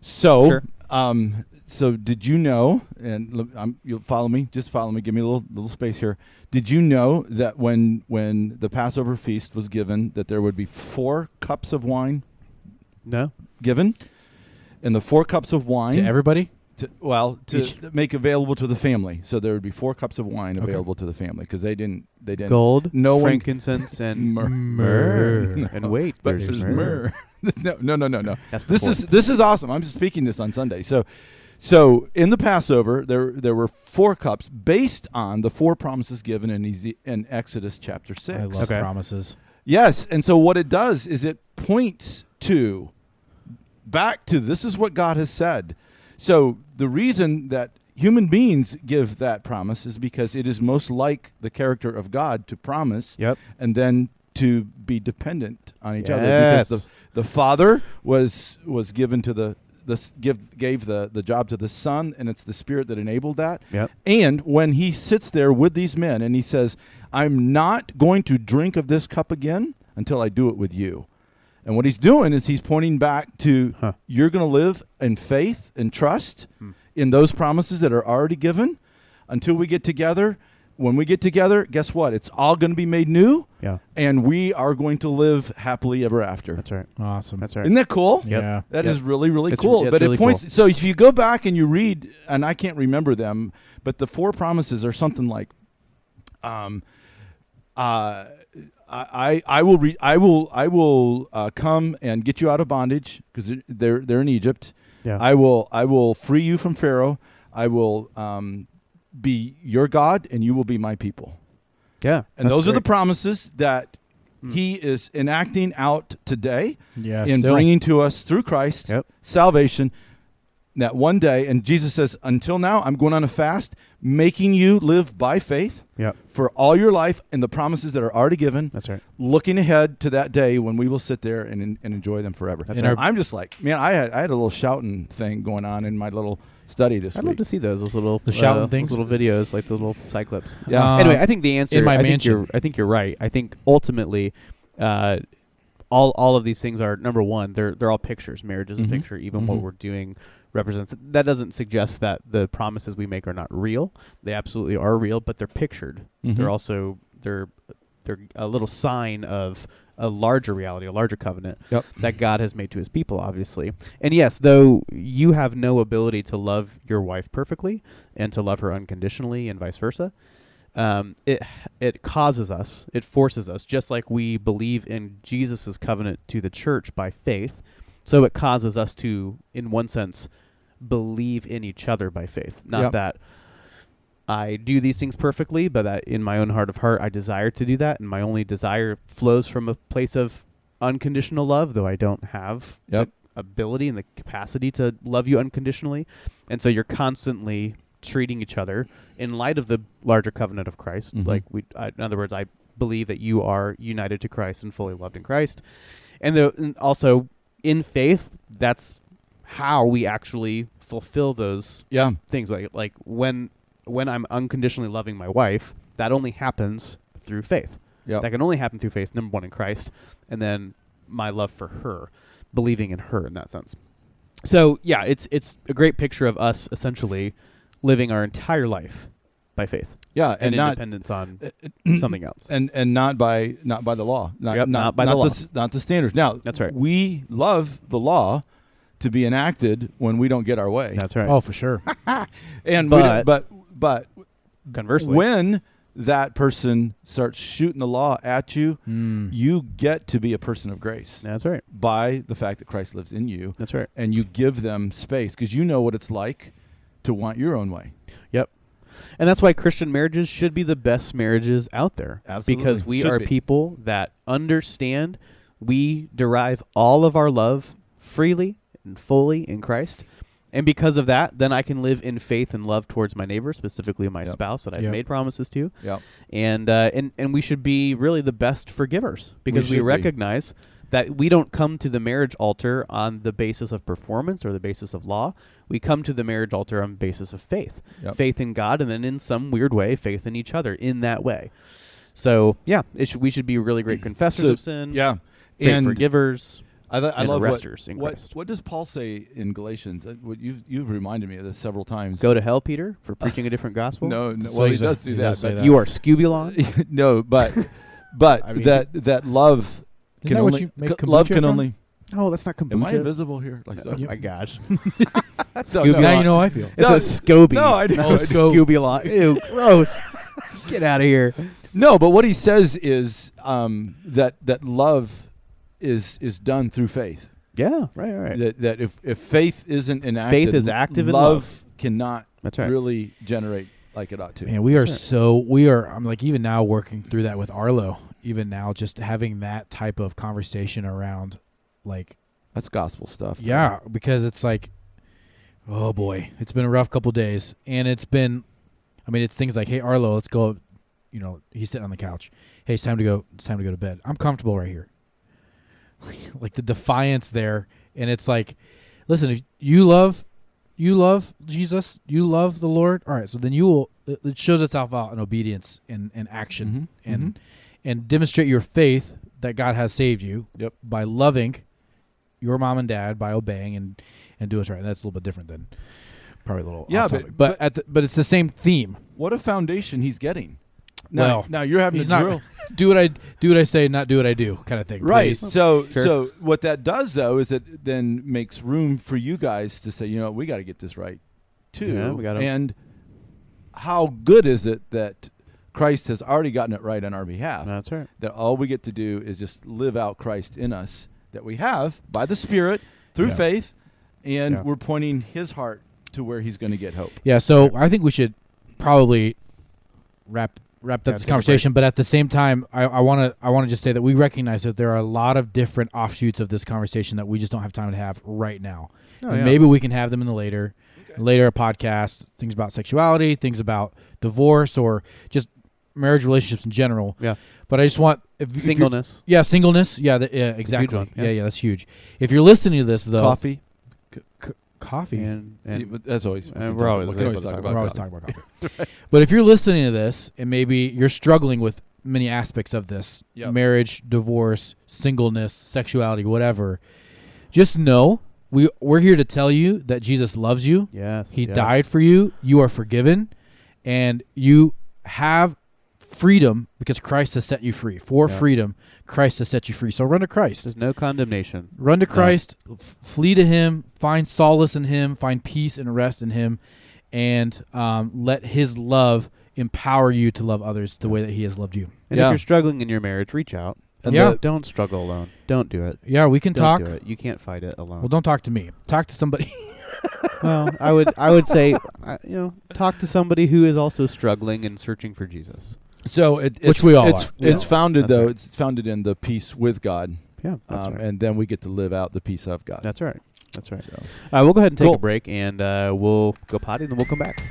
Speaker 3: So,
Speaker 2: Sure.
Speaker 3: um, so did you know? And l- um, you'll follow me. Just follow me. Give me a little little space here. Did you know that when when the Passover feast was given, that there would be four cups of wine
Speaker 2: No.
Speaker 3: given, and the four cups of wine
Speaker 1: To everybody,
Speaker 3: to- well to
Speaker 1: Each-
Speaker 3: make available to the family. So there would be four cups of wine
Speaker 1: Okay.
Speaker 3: available to the family because they didn't they didn't
Speaker 2: Gold.
Speaker 3: No one-
Speaker 2: frankincense and
Speaker 3: Myrrh.
Speaker 1: mm, Myrrh.
Speaker 2: And wait,
Speaker 3: But there's myrrh. no, no, no, no, no.
Speaker 2: That's the
Speaker 3: this is this is awesome. I'm just speaking this on Sunday. So, so in the Passover, there there were four cups based on the four promises given in Eze- in Exodus chapter six.
Speaker 1: I love
Speaker 2: Okay.
Speaker 1: promises.
Speaker 3: Yes, and so what it does is it points to back to this is what God has said. So the reason that human beings give that promise is because it is most like the character of God to promise
Speaker 2: Yep.
Speaker 3: and then to be dependent on each other because
Speaker 2: Yes.
Speaker 3: the, the father was was given to the the s- give gave the the job to the son and it's the spirit that enabled that
Speaker 2: Yep.
Speaker 3: and when he sits there with these men and he says i'm not going to drink of this cup again until i do it with you and what he's doing is he's pointing back to
Speaker 2: Huh. Hmm.
Speaker 3: you're going to live in faith and trust in those promises that are already given until we get together when we get together, guess what? It's all going to be made new,
Speaker 2: Yeah.
Speaker 3: and we are going to live happily ever after.
Speaker 2: That's right.
Speaker 1: Awesome.
Speaker 2: That's right.
Speaker 3: Isn't that cool?
Speaker 1: Yeah.
Speaker 2: Yep.
Speaker 3: That is
Speaker 2: Yep.
Speaker 3: really, really
Speaker 2: It's-
Speaker 3: cool.
Speaker 2: it's
Speaker 3: but
Speaker 2: really
Speaker 3: it points.
Speaker 2: cool.
Speaker 3: So if you go back and you read, and I can't remember them, but the four promises are something like, um, uh, I, I I will re- I will I will uh, come and get you out of bondage because they're they're in Egypt.
Speaker 2: Yeah.
Speaker 3: I will I will free you from Pharaoh. I will um, be your God, and you will be my people.
Speaker 2: Yeah.
Speaker 3: And
Speaker 2: that's
Speaker 3: those are the
Speaker 2: great. Hmm.
Speaker 3: promises that he is enacting out today
Speaker 1: Yeah,
Speaker 3: in
Speaker 1: still.
Speaker 3: bringing to us through Christ
Speaker 2: Yep.
Speaker 3: salvation that one day. And Jesus says, Until now, I'm going on a fast, making you live by faith
Speaker 2: Yep.
Speaker 3: for all your life and the promises that are already given,
Speaker 2: That's right.
Speaker 3: looking ahead to that day when we will sit there and, and enjoy them forever.
Speaker 2: That's
Speaker 1: In right. our-
Speaker 3: I'm just like, man, I had, I had a little shouting thing going on in my little study this
Speaker 2: I'd love
Speaker 3: week.
Speaker 2: to see those those little
Speaker 1: The shouting
Speaker 2: uh,
Speaker 1: things?
Speaker 2: those little videos, like the little Um, side clips.
Speaker 3: yeah.
Speaker 1: Uh,
Speaker 2: anyway, I think the answer.
Speaker 1: in my
Speaker 2: I think
Speaker 1: mansion.
Speaker 2: you're. I think you're right. I think ultimately, uh, all all of these things are number one. They're they're all pictures. Marriage is
Speaker 1: Mhm.
Speaker 2: a picture. Even what
Speaker 1: Mhm.
Speaker 2: we're doing represents. That doesn't suggest that the promises we make are not real. They absolutely are real, but they're pictured.
Speaker 1: Mhm.
Speaker 2: They're also they're they're a little sign of a larger reality, a larger covenant
Speaker 1: Yep.
Speaker 2: that God has made to his people, obviously. And yes, though you have no ability to love your wife perfectly and to love her unconditionally and vice versa, um, it it causes us, it forces us, just like we believe in Jesus' covenant to the church by faith, so it causes us to, in one sense, believe in each other by faith. Not
Speaker 3: Yep.
Speaker 2: that I do these things perfectly, but that in my own heart of heart, I desire to do that, and my only desire flows from a place of unconditional love, though I don't have
Speaker 3: Yep.
Speaker 2: the ability and the capacity to love you unconditionally. And so you're constantly treating each other in light of the larger covenant of Christ.
Speaker 3: Mhm.
Speaker 2: Like we, I, in other words, I believe that you are united to Christ and fully loved in Christ, and, the, and also in faith. That's how we actually fulfill those
Speaker 3: yeah.
Speaker 2: things like like when when I'm unconditionally loving my wife, that only happens through faith.
Speaker 3: Yep.
Speaker 2: That can only happen through faith. Number one in Christ, and then my love for her, believing in her in that sense. So yeah, it's it's a great picture of us essentially living our entire life by faith
Speaker 3: Yeah. And,
Speaker 2: and,
Speaker 3: not.
Speaker 2: independence on something else.
Speaker 3: and and not by not by the law not
Speaker 2: Yep,
Speaker 3: not,
Speaker 2: not by the
Speaker 3: not
Speaker 2: law.
Speaker 3: s- not the standards now
Speaker 2: That's right.
Speaker 3: we love the law to be enacted when we don't get our way
Speaker 2: That's right.
Speaker 1: Oh, for sure.
Speaker 3: and we don't-
Speaker 2: but-
Speaker 3: but but
Speaker 2: Conversely,
Speaker 3: when that person starts shooting the law at you
Speaker 2: Hmm.
Speaker 1: Mm.
Speaker 3: you get to be a person of grace
Speaker 2: that's right.
Speaker 3: by the fact that Christ lives in you
Speaker 2: That's right.
Speaker 3: and you give them space cuz you know what it's like to want your own way
Speaker 2: Yep. And that's why Christian marriages should be the best marriages out there.
Speaker 3: Absolutely.
Speaker 2: Because we
Speaker 3: Should
Speaker 2: are
Speaker 3: be.
Speaker 2: people that understand we derive all of our love freely and fully in Christ. And because of that, then I can live in faith and love towards my neighbor, specifically my
Speaker 3: Yep.
Speaker 2: spouse that I've
Speaker 1: Yep.
Speaker 2: made promises to.
Speaker 3: yep
Speaker 2: And, uh, and and we should be really the best forgivers because we,
Speaker 3: should be.
Speaker 2: recognize that we don't come to the marriage altar on the basis of performance or the basis of law. We come to the marriage altar on the basis of faith,
Speaker 3: Yep.
Speaker 2: faith in God, and then in some weird way, faith in each other in that way. So yeah, it should, we should be really great confessors
Speaker 3: So,
Speaker 2: of sin,
Speaker 3: yeah
Speaker 2: great
Speaker 3: and
Speaker 2: forgivers.
Speaker 3: I, th- I
Speaker 2: and
Speaker 3: love what,
Speaker 2: resters in
Speaker 3: what
Speaker 2: Christ.
Speaker 3: what does Paul say in Galatians? Uh, What you've you've reminded me of this several times.
Speaker 2: Go to hell, Peter, for preaching a different gospel.
Speaker 3: no, no
Speaker 1: So
Speaker 3: well he
Speaker 1: he's a-
Speaker 3: does do
Speaker 1: he
Speaker 3: that.
Speaker 1: does say
Speaker 3: but-
Speaker 1: that.
Speaker 2: you are Scubulon.
Speaker 3: no, but but
Speaker 1: I mean-
Speaker 3: that that love
Speaker 1: Isn't
Speaker 3: can
Speaker 1: that
Speaker 3: only
Speaker 1: what you make
Speaker 3: c- love
Speaker 1: kombucha
Speaker 3: can
Speaker 1: from?
Speaker 3: only.
Speaker 2: oh, that's not
Speaker 3: Am I
Speaker 2: kombucha.
Speaker 3: invisible here? Like so?
Speaker 2: Oh my gosh,
Speaker 3: So,
Speaker 2: Scooby-
Speaker 1: now
Speaker 3: I-
Speaker 1: you know how I feel.
Speaker 2: it's
Speaker 3: No,
Speaker 2: a Scoby.
Speaker 3: no, I
Speaker 2: not
Speaker 3: know.
Speaker 2: a
Speaker 1: it's- Scob-
Speaker 2: Scubulon. Ew, gross. Get out of here.
Speaker 3: No, but what he says is um, that that love is is done through faith.
Speaker 2: Yeah, right, right.
Speaker 3: That that if if faith isn't enacted,
Speaker 2: is active in
Speaker 3: Love cannot
Speaker 2: That's right.
Speaker 3: really generate like it ought to.
Speaker 1: Man, we are
Speaker 2: That's right.
Speaker 1: so we are. I'm like even now working through that with Arlo. Even now, just having that type of conversation around, like,
Speaker 3: That's gospel stuff.
Speaker 1: yeah, because it's like, oh boy, it's been a rough couple days, and it's been, I mean, it's things like, hey Arlo, let's go. You know, he's sitting on the couch. Hey, it's time to go. It's time to go to bed. I'm comfortable right here. like the defiance there, and it's like, listen, if you love. You love Jesus. You love the Lord. All right, so then you will. It it shows itself out in obedience and, and action,
Speaker 3: Mhm,
Speaker 1: and and demonstrate your faith that God has saved you
Speaker 3: Yep.
Speaker 1: by loving your mom and dad by obeying and and doing what's right. That's a little bit different than probably a little
Speaker 3: Yeah,
Speaker 1: off
Speaker 3: but-
Speaker 1: topic. but, at the, but it's the same theme.
Speaker 3: What a foundation he's getting. Now,
Speaker 1: Well,
Speaker 3: now you're having
Speaker 1: He's
Speaker 3: to
Speaker 1: not
Speaker 3: drill.
Speaker 1: do what I do what I say, not do what I do, kind of thing.
Speaker 3: Right.
Speaker 1: please.
Speaker 3: So
Speaker 2: Sure.
Speaker 3: so what that does though is it then makes room for you guys to say, you know, we got to get this right too.
Speaker 2: Yeah, we gotta-
Speaker 3: And how good is it that Christ has already gotten it right on our behalf?
Speaker 2: That's right.
Speaker 3: That all we get to do is just live out Christ in us that we have by the Spirit through
Speaker 1: Yeah.
Speaker 3: faith and
Speaker 1: Yeah.
Speaker 3: we're pointing his heart to where he's going to get hope.
Speaker 1: Yeah, so I think we should probably wrap wrap
Speaker 2: Yeah,
Speaker 1: up this
Speaker 2: take a break.
Speaker 1: conversation, but at the same time, I want to I want to just say that we recognize that there are a lot of different offshoots of this conversation that we just don't have time to have right now.
Speaker 2: Oh,
Speaker 1: and
Speaker 2: yeah.
Speaker 1: Maybe we can have them in the later later podcast, things about sexuality, things about divorce, or just marriage relationships in general.
Speaker 2: Yeah.
Speaker 1: But I just want if, if you're-
Speaker 2: Singleness.
Speaker 1: yeah, singleness. Yeah, th- yeah exactly.
Speaker 2: one,
Speaker 1: yeah.
Speaker 2: yeah.
Speaker 1: yeah, that's huge. If you're listening to this, though,
Speaker 3: Coffee
Speaker 1: coffee.
Speaker 2: And, and
Speaker 3: Yeah, as always, we
Speaker 2: and
Speaker 3: can
Speaker 2: we're
Speaker 3: talk-
Speaker 2: always
Speaker 3: we can
Speaker 2: able
Speaker 3: always
Speaker 2: to
Speaker 3: talk
Speaker 2: talk
Speaker 3: about
Speaker 1: We're always
Speaker 3: coffee.
Speaker 1: talking about coffee. But if you're listening to this and maybe you're struggling with many aspects of this
Speaker 3: Yep.
Speaker 1: marriage, divorce, singleness, sexuality, whatever just know we, we're here to tell you that Jesus loves you.
Speaker 2: yes,
Speaker 1: He
Speaker 2: yes.
Speaker 1: died for you. You are forgiven. And you have freedom because Christ has set you free. For
Speaker 2: Yeah.
Speaker 1: freedom, Christ has set you free. So run to Christ.
Speaker 2: There's no condemnation.
Speaker 1: Run to Christ, f- flee to Him, find solace in Him, find peace and rest in Him, and um, let His love empower you to love others the way that He has loved you.
Speaker 2: And
Speaker 3: Yeah.
Speaker 2: if you're struggling in your marriage, reach out. And
Speaker 1: Yeah.
Speaker 2: the- don't struggle alone. Don't do it.
Speaker 1: Yeah, we can
Speaker 2: Don't
Speaker 1: talk.
Speaker 2: do it. You can't fight it alone.
Speaker 1: Well, don't talk to me. Talk to somebody.
Speaker 2: well, I would I would say I- you know talk to somebody who is also struggling and searching for Jesus.
Speaker 3: So it, it's,
Speaker 1: Which we all
Speaker 3: it's,
Speaker 1: are.
Speaker 3: it's
Speaker 2: Yeah.
Speaker 3: founded
Speaker 2: That's
Speaker 3: though
Speaker 2: right.
Speaker 3: it's founded in the peace with God,
Speaker 2: Yeah, that's
Speaker 3: um,
Speaker 2: right.
Speaker 3: and then we get to live out the peace of God.
Speaker 2: That's right. That's right.
Speaker 3: so.
Speaker 2: Uh, we'll go ahead and take
Speaker 1: Cool.
Speaker 2: a break, and uh, we'll go potty, and then we'll come back.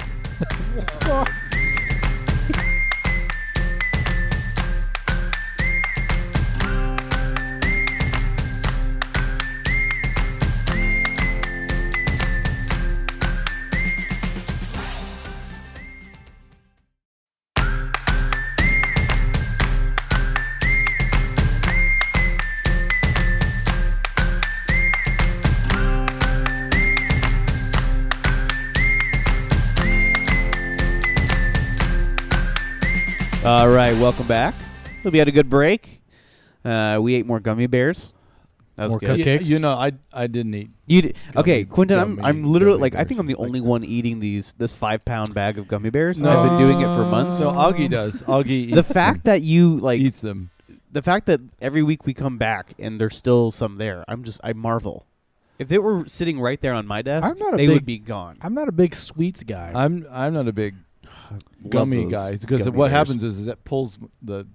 Speaker 2: All right, welcome back. Hope you had a good break. Uh, we ate more gummy bears. That was
Speaker 1: More
Speaker 2: good.
Speaker 1: cookies.
Speaker 3: Yeah,
Speaker 1: Cupcakes?
Speaker 3: you know, I I didn't eat.
Speaker 2: You d- okay,
Speaker 3: Gummy-
Speaker 2: Quentin? I'm I'm
Speaker 3: gummy-
Speaker 2: literally
Speaker 3: gummy
Speaker 2: like I think I'm the
Speaker 3: bears like
Speaker 2: only
Speaker 3: that.
Speaker 2: one eating these this five pound bag of gummy bears.
Speaker 3: No.
Speaker 2: I've been doing it for months.
Speaker 3: No, Augie does. Augie eats
Speaker 2: the fact that you
Speaker 3: them.
Speaker 2: like
Speaker 3: eats them.
Speaker 2: the fact that every week we come back and there's still some there, I'm just I marvel. If they were sitting right there on my desk,
Speaker 1: I'm not a
Speaker 2: they
Speaker 1: big-
Speaker 2: would be gone.
Speaker 1: I'm not a big sweets guy.
Speaker 3: I'm I'm not a big
Speaker 2: Love
Speaker 3: gummy
Speaker 2: those
Speaker 3: guy because
Speaker 2: gummy
Speaker 3: what
Speaker 2: bears.
Speaker 3: happens is, is that pulls the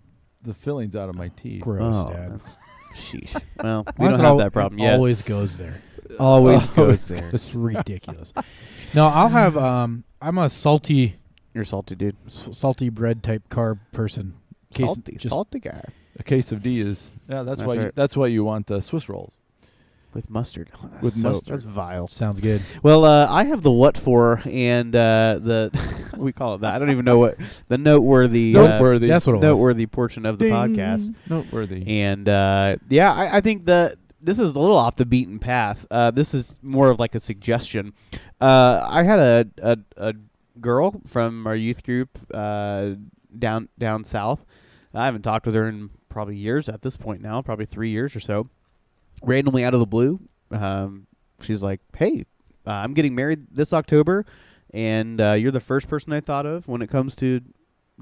Speaker 3: the fillings out of my teeth.
Speaker 1: Gross,
Speaker 2: Oh,
Speaker 1: Dad.
Speaker 2: that's- sheesh. Well, we
Speaker 1: Why
Speaker 2: don't
Speaker 1: does it
Speaker 2: have
Speaker 1: al-
Speaker 2: that problem
Speaker 1: it
Speaker 2: yet.
Speaker 1: Always goes there. Oh,
Speaker 2: always
Speaker 3: always
Speaker 2: goes there.
Speaker 1: It's ridiculous. no, I'll have. Um, I'm a salty,
Speaker 2: You're salty, dude.
Speaker 1: s- salty bread type carb person. Case-
Speaker 2: Salty,
Speaker 1: just-
Speaker 2: salty guy
Speaker 3: A case of D is yeah. That's,
Speaker 2: That's
Speaker 3: why you,
Speaker 2: right.
Speaker 3: that's why you want the Swiss rolls.
Speaker 2: with mustard. Oh, that's
Speaker 3: With
Speaker 2: so-
Speaker 3: mustard.
Speaker 2: that's vile.
Speaker 1: Sounds good.
Speaker 2: Well, uh, I have the what for and uh, the we call it that. I don't even know what the noteworthy uh,
Speaker 3: noteworthy.
Speaker 1: That's what it was.
Speaker 2: noteworthy portion of the podcast.
Speaker 3: Noteworthy.
Speaker 2: And uh, yeah, I, I think the this is a little off the beaten path. Uh, this is more of like a suggestion. Uh, I had a, a a girl from our youth group uh, down down south. I haven't talked with her in probably years at this point now, probably three years or so. Randomly out of the blue, um, she's like, "Hey, uh, I'm getting married this October, and uh, you're the first person I thought of when it comes to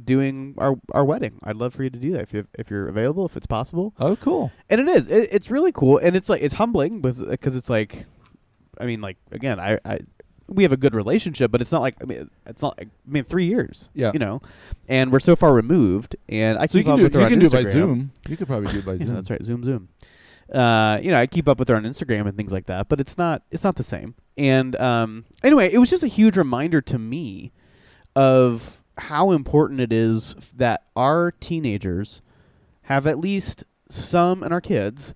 Speaker 2: doing our our wedding. I'd love for you to do that if you if you're available, if it's possible.
Speaker 3: oh, cool.
Speaker 2: And it is. It, it's really cool, and it's like it's humbling because it's like, I mean, like again, I, I we have a good relationship, but it's not like I mean, it's not. like- I mean, three years.
Speaker 3: Yeah.
Speaker 2: you know, and we're so far removed, and I
Speaker 3: So you
Speaker 2: keep
Speaker 3: can
Speaker 2: up
Speaker 3: do you
Speaker 2: with her on
Speaker 3: can do it by
Speaker 2: Instagram.
Speaker 3: Zoom. You could probably do it by
Speaker 2: Yeah,
Speaker 3: Zoom.
Speaker 2: that's right. Zoom, zoom. Uh, you know, I keep up with her on Instagram and things like that, but it's not it's not the same. And um, anyway, it was just a huge reminder to me of how important it is that our teenagers have at least some, and our kids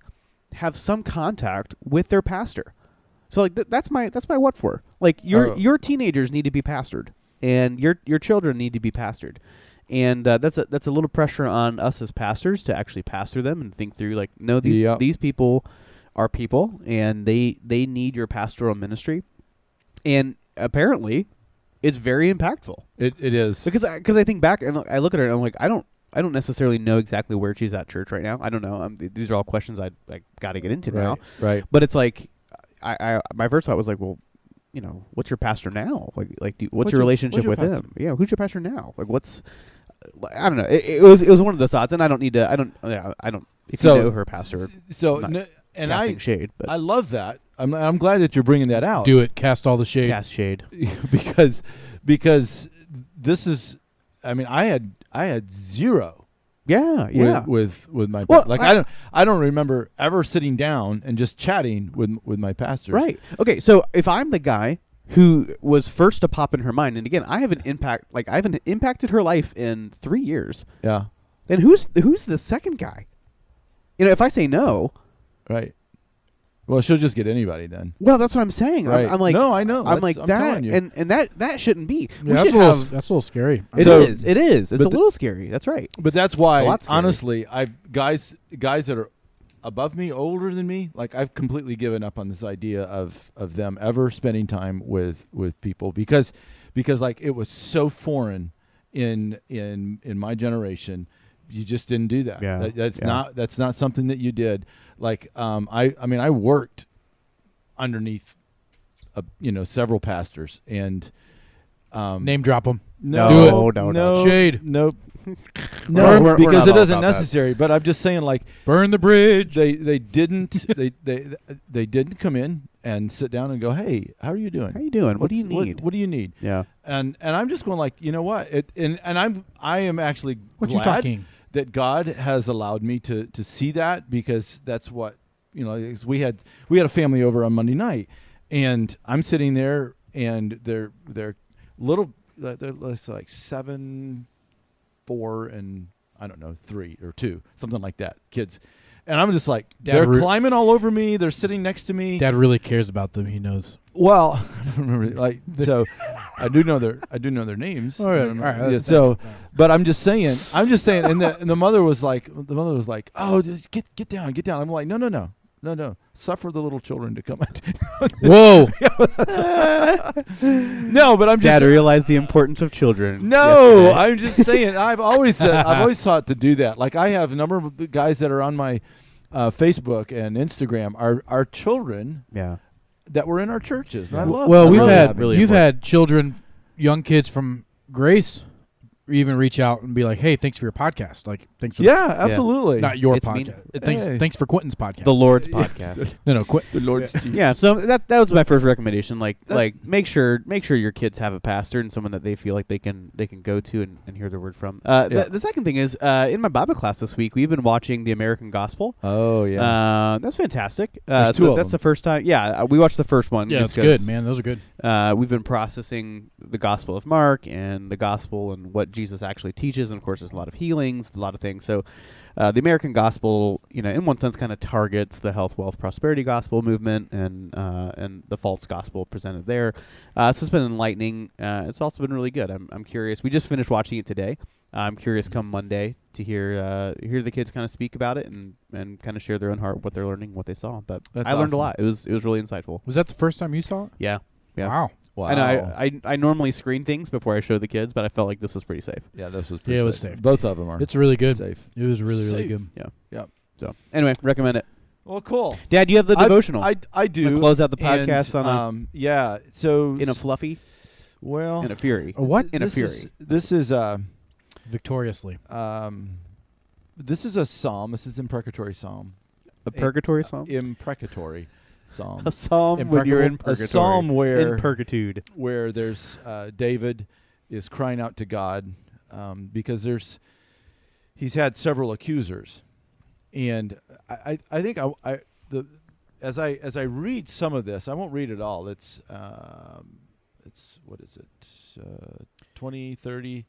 Speaker 2: have some contact with their pastor. So like th- that's my that's my what for. Like your
Speaker 3: Oh.
Speaker 2: your teenagers need to be pastored, and your your children need to be pastored, and uh, that's a that's a little pressure on us as pastors to actually pastor them and think through like no these
Speaker 3: Yep.
Speaker 2: these people are people and they they need your pastoral ministry, and apparently it's very impactful
Speaker 3: It, it is.
Speaker 2: because I, cause I think back and I look at her and I'm like I don't I don't necessarily know exactly where she's at church right now. I don't know. Um, th- these are all questions I I got to get into now.
Speaker 3: Right.
Speaker 2: But it's like I, I my first thought was like, well, you know, what's your pastor now? Like like do, what's,
Speaker 3: What's
Speaker 2: your
Speaker 3: your- what's
Speaker 2: relationship
Speaker 3: your
Speaker 2: with
Speaker 3: pastor?
Speaker 2: him? Yeah, who's your pastor now? Like what's I don't know. It, it was it was one of those thoughts, and I don't need to. I don't. Yeah, I don't. If
Speaker 3: So-
Speaker 2: you know her pastor,
Speaker 3: So,
Speaker 2: Not
Speaker 3: n- and
Speaker 2: casting
Speaker 3: I,
Speaker 2: shade, but
Speaker 3: I love that. I'm, I'm glad that you're bringing that
Speaker 2: Oh.
Speaker 3: out.
Speaker 1: Do it. Cast all the shade.
Speaker 2: cast shade.
Speaker 3: because because this is I mean I had I had zero
Speaker 2: Yeah, yeah.
Speaker 3: with, with with my
Speaker 2: Well,
Speaker 3: like
Speaker 2: I-
Speaker 3: I, don't I don't remember ever sitting down and just chatting with with my pastor.
Speaker 2: Right. Okay. So if I'm the guy who was first to pop in her mind, and again, I have an impact. Like I haven't impacted her life in three years.
Speaker 3: Yeah.
Speaker 2: Then who's who's the second guy? You know, if I say no,
Speaker 3: Right. Well, she'll just get anybody then.
Speaker 2: well, that's what I'm saying. I'm-
Speaker 3: Right.
Speaker 2: I'm, like,
Speaker 3: No, I know.
Speaker 2: I'm
Speaker 3: That's-
Speaker 2: like
Speaker 3: I'm
Speaker 2: that,
Speaker 3: telling you.
Speaker 2: and and that that shouldn't be.
Speaker 1: Yeah,
Speaker 2: we
Speaker 1: that's,
Speaker 2: should
Speaker 1: a little,
Speaker 2: have.
Speaker 1: that's a little scary.
Speaker 2: It
Speaker 3: So-
Speaker 2: is. It is. It's a
Speaker 3: but the-
Speaker 2: little scary. That's right.
Speaker 3: But that's
Speaker 2: It's a
Speaker 3: why
Speaker 2: lot scary.
Speaker 3: honestly I have guys guys that are above me, older than me, like I've completely given up on this idea of of them ever spending time with with people because because like it was so foreign in in in my generation. You just didn't do that.
Speaker 2: Yeah,
Speaker 3: That- that's
Speaker 2: yeah.
Speaker 3: not that's not something that you did. Like um I I mean I worked underneath a, you know several pastors and um
Speaker 1: Name drop them.
Speaker 3: no,
Speaker 1: Do it.
Speaker 2: no, no.
Speaker 3: no,
Speaker 1: Shade.
Speaker 3: Nope.
Speaker 2: No,
Speaker 3: No,
Speaker 2: we're- we're
Speaker 3: because
Speaker 2: not
Speaker 3: it
Speaker 2: all
Speaker 3: isn't
Speaker 2: about that.
Speaker 3: necessary. But I'm just saying, like
Speaker 1: Burn the bridge.
Speaker 3: they they didn't they they they didn't come in and sit down and go, hey, how are you doing?
Speaker 2: How you doing? What do you
Speaker 3: What's- what-
Speaker 2: need?
Speaker 3: What, do you need?
Speaker 2: Yeah.
Speaker 3: And and I'm just going like, you know what? It and and I'm I am actually
Speaker 1: What you
Speaker 3: glad
Speaker 1: talking?
Speaker 3: that God has allowed me to to see that because that's what you know. is We had we had a family over on Monday night, and I'm sitting there, and they're they're little they're they're like seven, four, and I don't know three or two, something like that, kids. And I'm just like
Speaker 1: Dad
Speaker 3: they're
Speaker 1: Ru-
Speaker 3: climbing all over me. They're sitting next to me.
Speaker 1: Dad really cares about them. He knows.
Speaker 3: Well, I don't remember. Like so, I do know their I do know their names.
Speaker 1: All right,
Speaker 3: I don't remember-
Speaker 1: all right,
Speaker 3: yeah,
Speaker 1: that's-
Speaker 3: so, but I'm just saying. I'm just saying. And the and the mother was like, the mother was like, oh, just get get down, get down. I'm like, no, no, no, no, no. Suffer the little children to come.
Speaker 1: Whoa.
Speaker 3: no, but I'm just.
Speaker 2: Dad realized the importance of children.
Speaker 3: no,
Speaker 2: yesterday.
Speaker 3: I'm just saying. I've always said, I've always sought to do that. Like I have a number of the guys that are on my uh, Facebook and Instagram are are children
Speaker 2: yeah.
Speaker 3: that were in our churches. And I
Speaker 1: W-
Speaker 3: love.
Speaker 1: well,
Speaker 3: I
Speaker 1: we've
Speaker 3: love
Speaker 1: had
Speaker 3: that.
Speaker 2: really
Speaker 1: you've
Speaker 2: important.
Speaker 1: had children, young kids from Grace, even reach out and be like, "Hey, thanks for your podcast. Like, thanks for
Speaker 3: Yeah, absolutely.
Speaker 1: not your
Speaker 2: It's
Speaker 1: podcast.
Speaker 2: mean-
Speaker 1: Uh, Thanks,
Speaker 3: Hey.
Speaker 1: thanks for Quentin's podcast.
Speaker 2: The Lord's podcast.
Speaker 1: no, no, Quint.
Speaker 3: the Lord's Jesus.
Speaker 2: Yeah, so that that was my first recommendation. Like,
Speaker 3: That-
Speaker 2: like make sure make sure your kids have a pastor and someone that they feel like they can they can go to and, and hear the word from. Uh,
Speaker 3: Yeah.
Speaker 2: the, the second thing is uh, in my Bible class this week we've been watching the American Gospel.
Speaker 3: Oh
Speaker 2: Uh, that's fantastic. Uh,
Speaker 3: There's
Speaker 2: so
Speaker 3: two of
Speaker 2: that's
Speaker 3: them.
Speaker 2: the first time. Yeah, uh, we watched the first one.
Speaker 1: Yeah,
Speaker 2: just
Speaker 1: it's good,
Speaker 2: 'cause,
Speaker 1: man. Those are good.
Speaker 2: Uh, we've been processing the Gospel of Mark and the Gospel and what Jesus actually teaches, and of course, there's a lot of healings, a lot of things. So, uh, the American Gospel, you know, in one sense, kind of targets the health, wealth, prosperity gospel movement and uh, and the false gospel presented there. Uh, so it's been enlightening. Uh, it's also been really good. I'm I'm curious. We just finished watching it today. I'm curious come Monday to hear uh, hear the kids kind of speak about it and, and kind of share their own heart what they're learning, what they saw. But
Speaker 3: That's
Speaker 2: I learned a
Speaker 3: awesome.
Speaker 2: lot. It was it was really insightful.
Speaker 1: Was that the first time you saw it?
Speaker 2: Yeah. Yeah.
Speaker 1: Wow.
Speaker 3: Wow.
Speaker 2: I know I, I I normally screen things before I show the kids, but I felt like this was pretty safe.
Speaker 3: yeah, this was
Speaker 1: Yeah,
Speaker 3: pretty
Speaker 1: it was
Speaker 3: safe.
Speaker 1: safe.
Speaker 3: Both of them are
Speaker 1: It's really good.
Speaker 3: safe.
Speaker 1: It was really, really
Speaker 3: Safe.
Speaker 1: good.
Speaker 2: So anyway, recommend it.
Speaker 3: Well, cool.
Speaker 2: Dad, you have the
Speaker 3: I-
Speaker 2: devotional.
Speaker 3: I, I do.
Speaker 2: Wanna close out the
Speaker 3: and,
Speaker 2: podcast on a-
Speaker 3: um, yeah. So
Speaker 2: in a fluffy,
Speaker 3: well
Speaker 2: in a fury.
Speaker 1: A what?
Speaker 2: in a
Speaker 3: this
Speaker 2: fury.
Speaker 3: Is, this is uh,
Speaker 1: Victoriously.
Speaker 3: um, this is a psalm. This is imprecatory psalm.
Speaker 2: A purgatory psalm.
Speaker 3: Imprecatory psalm.
Speaker 2: a psalm when you're in
Speaker 3: a
Speaker 2: purgatory.
Speaker 3: psalm where
Speaker 2: in purgitude.
Speaker 3: where there's uh, David is crying out to God um, because there's he's had several accusers, and I I, I think I, I the as I as I read some of this, I won't read it all. It's um, it's what is it uh, 20, 30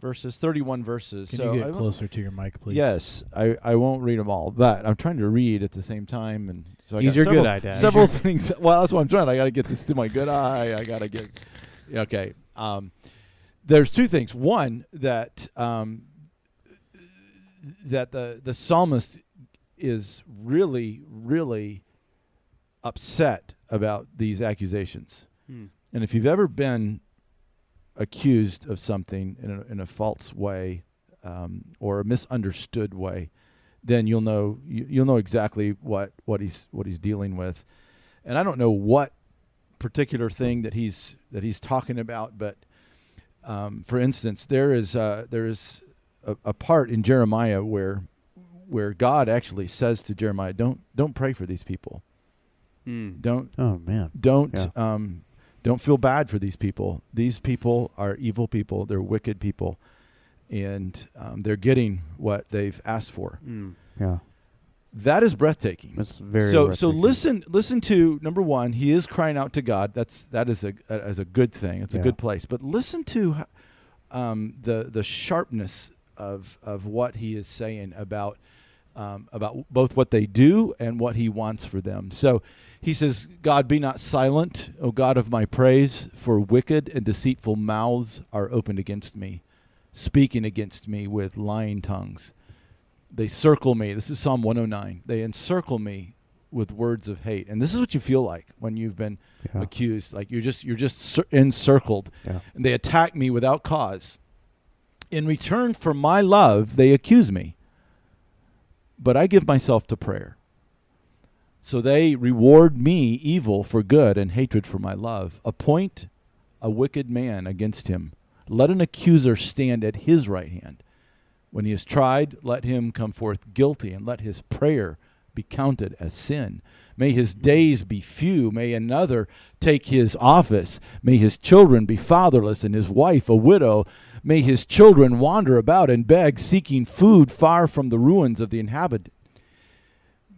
Speaker 3: verses, thirty one verses.
Speaker 1: Can
Speaker 3: so
Speaker 1: you
Speaker 3: I
Speaker 1: get
Speaker 3: won't-
Speaker 1: closer to your mic, please?
Speaker 3: Yes, I, I won't read them all, but I'm trying to read at the same time, and so I
Speaker 2: Use
Speaker 3: got
Speaker 2: your
Speaker 3: several,
Speaker 2: good eye, Dad.
Speaker 3: Several things. Well, that's what I'm trying. I got to get this to my good eye. I got to get. Okay. Um, there's two things. One that um, that the the psalmist is really really upset about these accusations, and if you've ever been accused of something in a, in a false way um, or a misunderstood way, then you'll know you, you'll know exactly what what he's what he's dealing with. And I don't know what particular thing that he's that he's talking about, but um, for instance, there is uh, there is a, a part in Jeremiah where where God actually says to Jeremiah, "Don't don't pray for these people. Don't
Speaker 2: Oh man.
Speaker 3: don't
Speaker 2: Yeah.
Speaker 3: um, don't feel bad for these people. These people are evil people. They're wicked people, and um, they're getting what they've asked for.
Speaker 2: Yeah.
Speaker 3: That is breathtaking.
Speaker 2: Mm. That's very.
Speaker 3: so so
Speaker 2: breathtaking.
Speaker 3: listen listen to number one. He is crying out to God. That's that is a that is a good thing. It's a
Speaker 2: Yeah.
Speaker 3: good place. But listen to um, the the sharpness of of what he is saying about um, about both what they do and what he wants for them. So he says, God, be not silent, O God of my praise, for wicked and deceitful mouths are opened against me, speaking against me with lying tongues. They circle me. This is Psalm 109. They encircle me with words of hate. And this is what you feel like when you've been
Speaker 2: Yeah.
Speaker 3: accused. Like you're just you're just cir- encircled
Speaker 2: Yeah.
Speaker 3: and they attack me without cause. In return for my love, they accuse me. But I give myself to prayer. So they reward me evil for good and hatred for my love. Appoint a wicked man against him. Let an accuser stand at his right hand. When he is tried, let him come forth guilty, and let his prayer be counted as sin. May his days be few. May another take his office. May his children be fatherless, and his wife a widow. May his children wander about and beg, seeking food far from the ruins of the inhabited.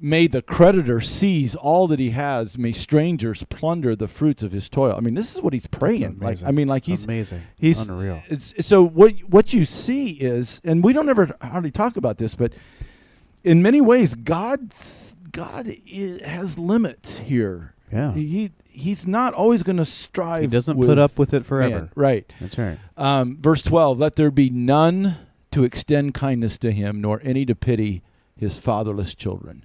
Speaker 3: May the creditor seize all that he has. May strangers plunder the fruits of his toil. I mean, this is what he's praying. Like,
Speaker 2: amazing.
Speaker 3: I mean, like he's
Speaker 2: amazing.
Speaker 3: he's
Speaker 2: unreal.
Speaker 3: It's, so what what you see is, and we don't ever hardly talk about this, but in many ways, God's God i has limits here.
Speaker 2: Yeah.
Speaker 3: He he's not always going to strive.
Speaker 2: He doesn't
Speaker 3: with
Speaker 2: put up with it forever.
Speaker 3: man. right?
Speaker 2: That's right.
Speaker 3: Um, verse twelve: Let there be none to extend kindness to him, nor any to pity his fatherless children.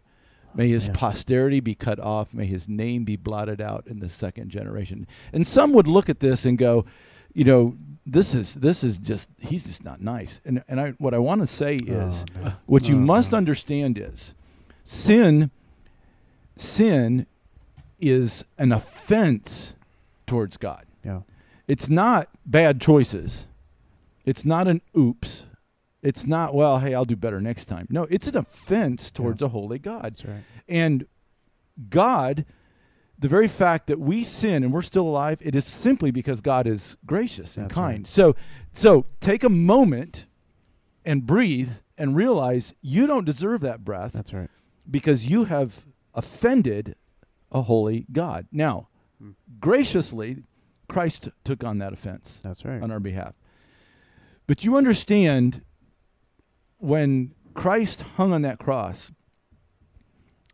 Speaker 3: May his
Speaker 2: Yeah.
Speaker 3: posterity be cut off. May his name be blotted out in the second generation. And some would look at this and go, you know, this is this is just he's just not nice. And and I what I want to say is,
Speaker 2: Oh, no.
Speaker 3: what you
Speaker 2: Oh,
Speaker 3: must
Speaker 2: no.
Speaker 3: understand is, sin. Sin is an offense towards God.
Speaker 2: Yeah.
Speaker 3: It's not bad choices. It's not an oops. It's not well, hey, I'll do better next time. No, it's an offense towards a holy God.
Speaker 2: That's right.
Speaker 3: And God, the very fact that we sin and we're still alive, it is simply because God is gracious and
Speaker 2: That's right.
Speaker 3: kind. So so take a moment and breathe and realize you don't deserve that breath
Speaker 2: That's right.
Speaker 3: because you have offended a holy God. Now,
Speaker 2: Hmm.
Speaker 3: graciously, Christ took on that offense
Speaker 2: That's right.
Speaker 3: on our behalf. But you understand when Christ hung on that cross,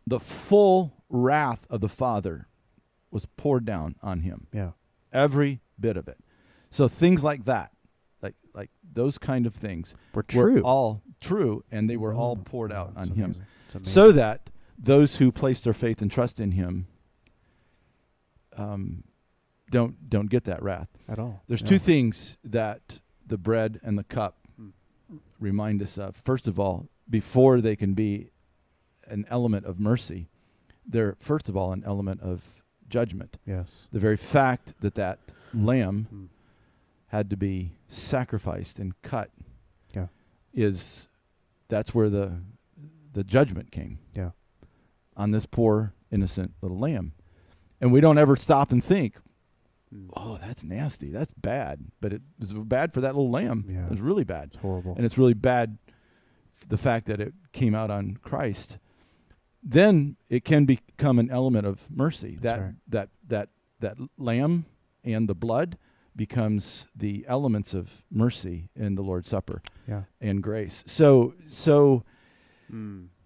Speaker 3: the full wrath of the Father was poured down on him
Speaker 2: yeah.
Speaker 3: every bit of it. So things like that, like like those kind of things
Speaker 2: We're true.
Speaker 3: all true and they were all
Speaker 2: Oh,
Speaker 3: poured out
Speaker 2: that's
Speaker 3: on him
Speaker 2: amazing. It's amazing.
Speaker 3: so that those who place their faith and trust in him um, don't don't get that wrath.
Speaker 2: at all.
Speaker 3: There's
Speaker 2: Yeah.
Speaker 3: two things that the bread and the cup
Speaker 2: Hmm.
Speaker 3: remind us of. First of all, before they can be an element of mercy, they're first of all an element of judgment.
Speaker 2: Yes.
Speaker 3: The very fact that that lamb
Speaker 2: Mm.
Speaker 3: had to be sacrificed and cut
Speaker 2: Yeah.
Speaker 3: is that's where the the judgment came
Speaker 2: Yeah.
Speaker 3: on this poor innocent little lamb. And we don't ever stop and think, oh, that's nasty. That's bad. But it was bad for that little lamb.
Speaker 2: Yeah.
Speaker 3: It was really bad.
Speaker 2: It's horrible.
Speaker 3: And it's really bad f- the fact that it came out on Christ. Then it can become an element of mercy.
Speaker 2: That's
Speaker 3: that
Speaker 2: right.
Speaker 3: that that that lamb and the blood becomes the elements of mercy in the Lord's Supper
Speaker 2: yeah.
Speaker 3: and grace. So so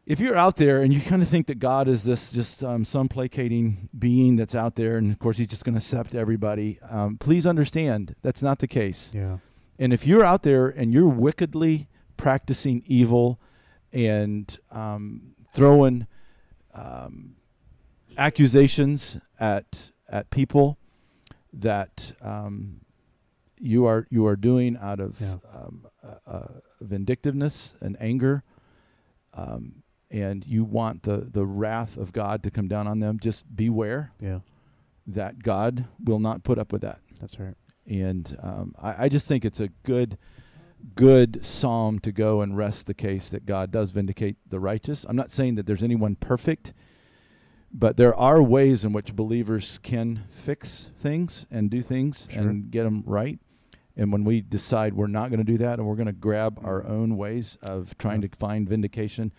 Speaker 3: if you're out there and you kind of think that God is this just um, some placating being that's out there, and of course he's just going to accept everybody, um, please understand that's not the case.
Speaker 2: Yeah.
Speaker 3: And if you're out there and you're wickedly practicing evil and um, throwing um, accusations at at people that um, you are you are doing out of
Speaker 1: Yeah.
Speaker 3: um, uh, uh, vindictiveness and anger, um, and you want the the wrath of God to come down on them. Just beware
Speaker 1: Yeah,
Speaker 3: that God will not put up with that.
Speaker 1: that's right.
Speaker 3: And um, I, I just think it's a good, good psalm to go and rest the case that God does vindicate the righteous. I'm not saying that there's anyone perfect, but there are ways in which believers can fix things and do things
Speaker 1: Sure.
Speaker 3: and get them right. And when we decide we're not going to do that and we're going to grab our own ways of trying to find vindication,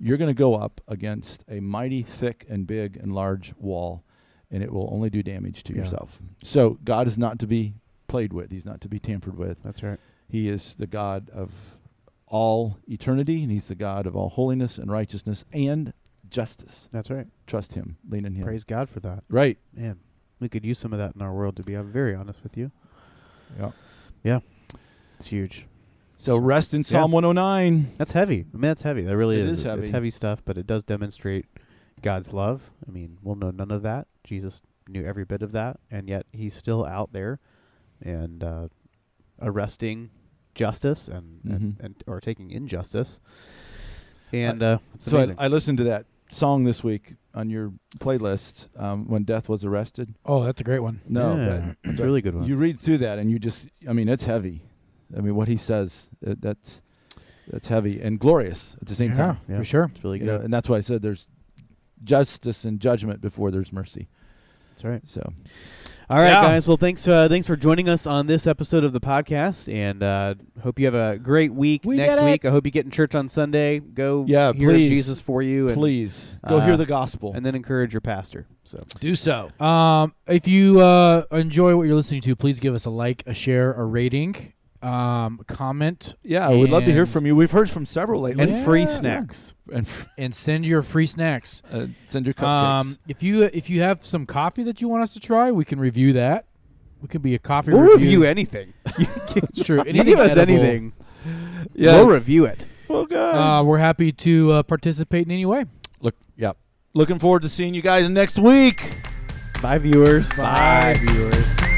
Speaker 3: you're going to go up against a mighty thick and big and large wall, and it will only do damage to
Speaker 1: Yeah.
Speaker 3: yourself. So God is not to be played with. He's not to be tampered with.
Speaker 1: That's right.
Speaker 3: He is the God of all eternity, and He's the God of all holiness and righteousness and justice.
Speaker 1: That's right.
Speaker 3: Trust Him, lean in Him.
Speaker 1: Praise God for that.
Speaker 3: Right.
Speaker 1: Man, we could use some of that in our world. To be I'm very honest with you,
Speaker 3: Yeah.
Speaker 1: it's huge.
Speaker 3: So rest in Psalm 109.
Speaker 1: That's heavy. I mean, that's heavy. That really
Speaker 3: It
Speaker 1: is.
Speaker 3: is
Speaker 1: It's-
Speaker 3: heavy.
Speaker 1: It's heavy stuff, but it does demonstrate God's love. I mean, we'll know none of that. Jesus knew every bit of that, and yet He's still out there and uh, arresting justice and, and,
Speaker 3: Mhm.
Speaker 1: and or taking injustice. And uh, it's
Speaker 3: So I,
Speaker 1: amazing.
Speaker 3: I listened to that song this week on your playlist um, when death was arrested.
Speaker 1: oh, that's a great one.
Speaker 3: No,
Speaker 1: yeah,
Speaker 3: but-
Speaker 1: it's
Speaker 3: but
Speaker 1: a really good one.
Speaker 3: You read through that and you just, I mean, it's heavy. I mean, what he says, uh, that's that's heavy and glorious at the same time.
Speaker 1: Yeah. sure. It's really
Speaker 3: You
Speaker 1: good.
Speaker 3: know, and that's why I said there's justice and judgment before there's mercy.
Speaker 1: That's right.
Speaker 3: So
Speaker 2: All right,
Speaker 1: Yeah.
Speaker 2: guys. Well, thanks. Uh, thanks for joining us on this episode of the podcast, and uh, hope you have a great week
Speaker 3: We
Speaker 2: next
Speaker 3: did it.
Speaker 2: week. I hope you get in church on Sunday. Go
Speaker 3: Yeah,
Speaker 2: hear
Speaker 3: please.
Speaker 2: Jesus for you, and,
Speaker 3: please go hear
Speaker 2: uh,
Speaker 3: the gospel.
Speaker 2: and then encourage your pastor. So
Speaker 3: do so.
Speaker 1: Um, if you uh, enjoy what you're listening to, please give us a like, a share, a rating, um, comment,
Speaker 3: Yeah, we'd love to hear
Speaker 1: And-
Speaker 3: from you. We've heard from several lately.
Speaker 1: And
Speaker 2: and
Speaker 1: Yeah,
Speaker 2: free
Speaker 1: free yeah.
Speaker 2: snacks.
Speaker 1: snacks.
Speaker 3: and
Speaker 1: and send your free snacks.
Speaker 3: uh, send your cupcakes.
Speaker 1: Um, if you if you have some coffee that you want us to try, we can review that. We can be a coffee
Speaker 2: We'll
Speaker 1: review.
Speaker 2: review anything.
Speaker 1: It's true.
Speaker 2: You
Speaker 1: Anything
Speaker 2: give us
Speaker 1: edible.
Speaker 2: anything.
Speaker 3: Yes.
Speaker 2: We'll review it.
Speaker 3: Well, good.
Speaker 1: Uh, we're happy to uh, participate in any way.
Speaker 3: Look, yeah. Looking forward to seeing you guys next week.
Speaker 2: Bye, viewers.
Speaker 1: Bye, viewers.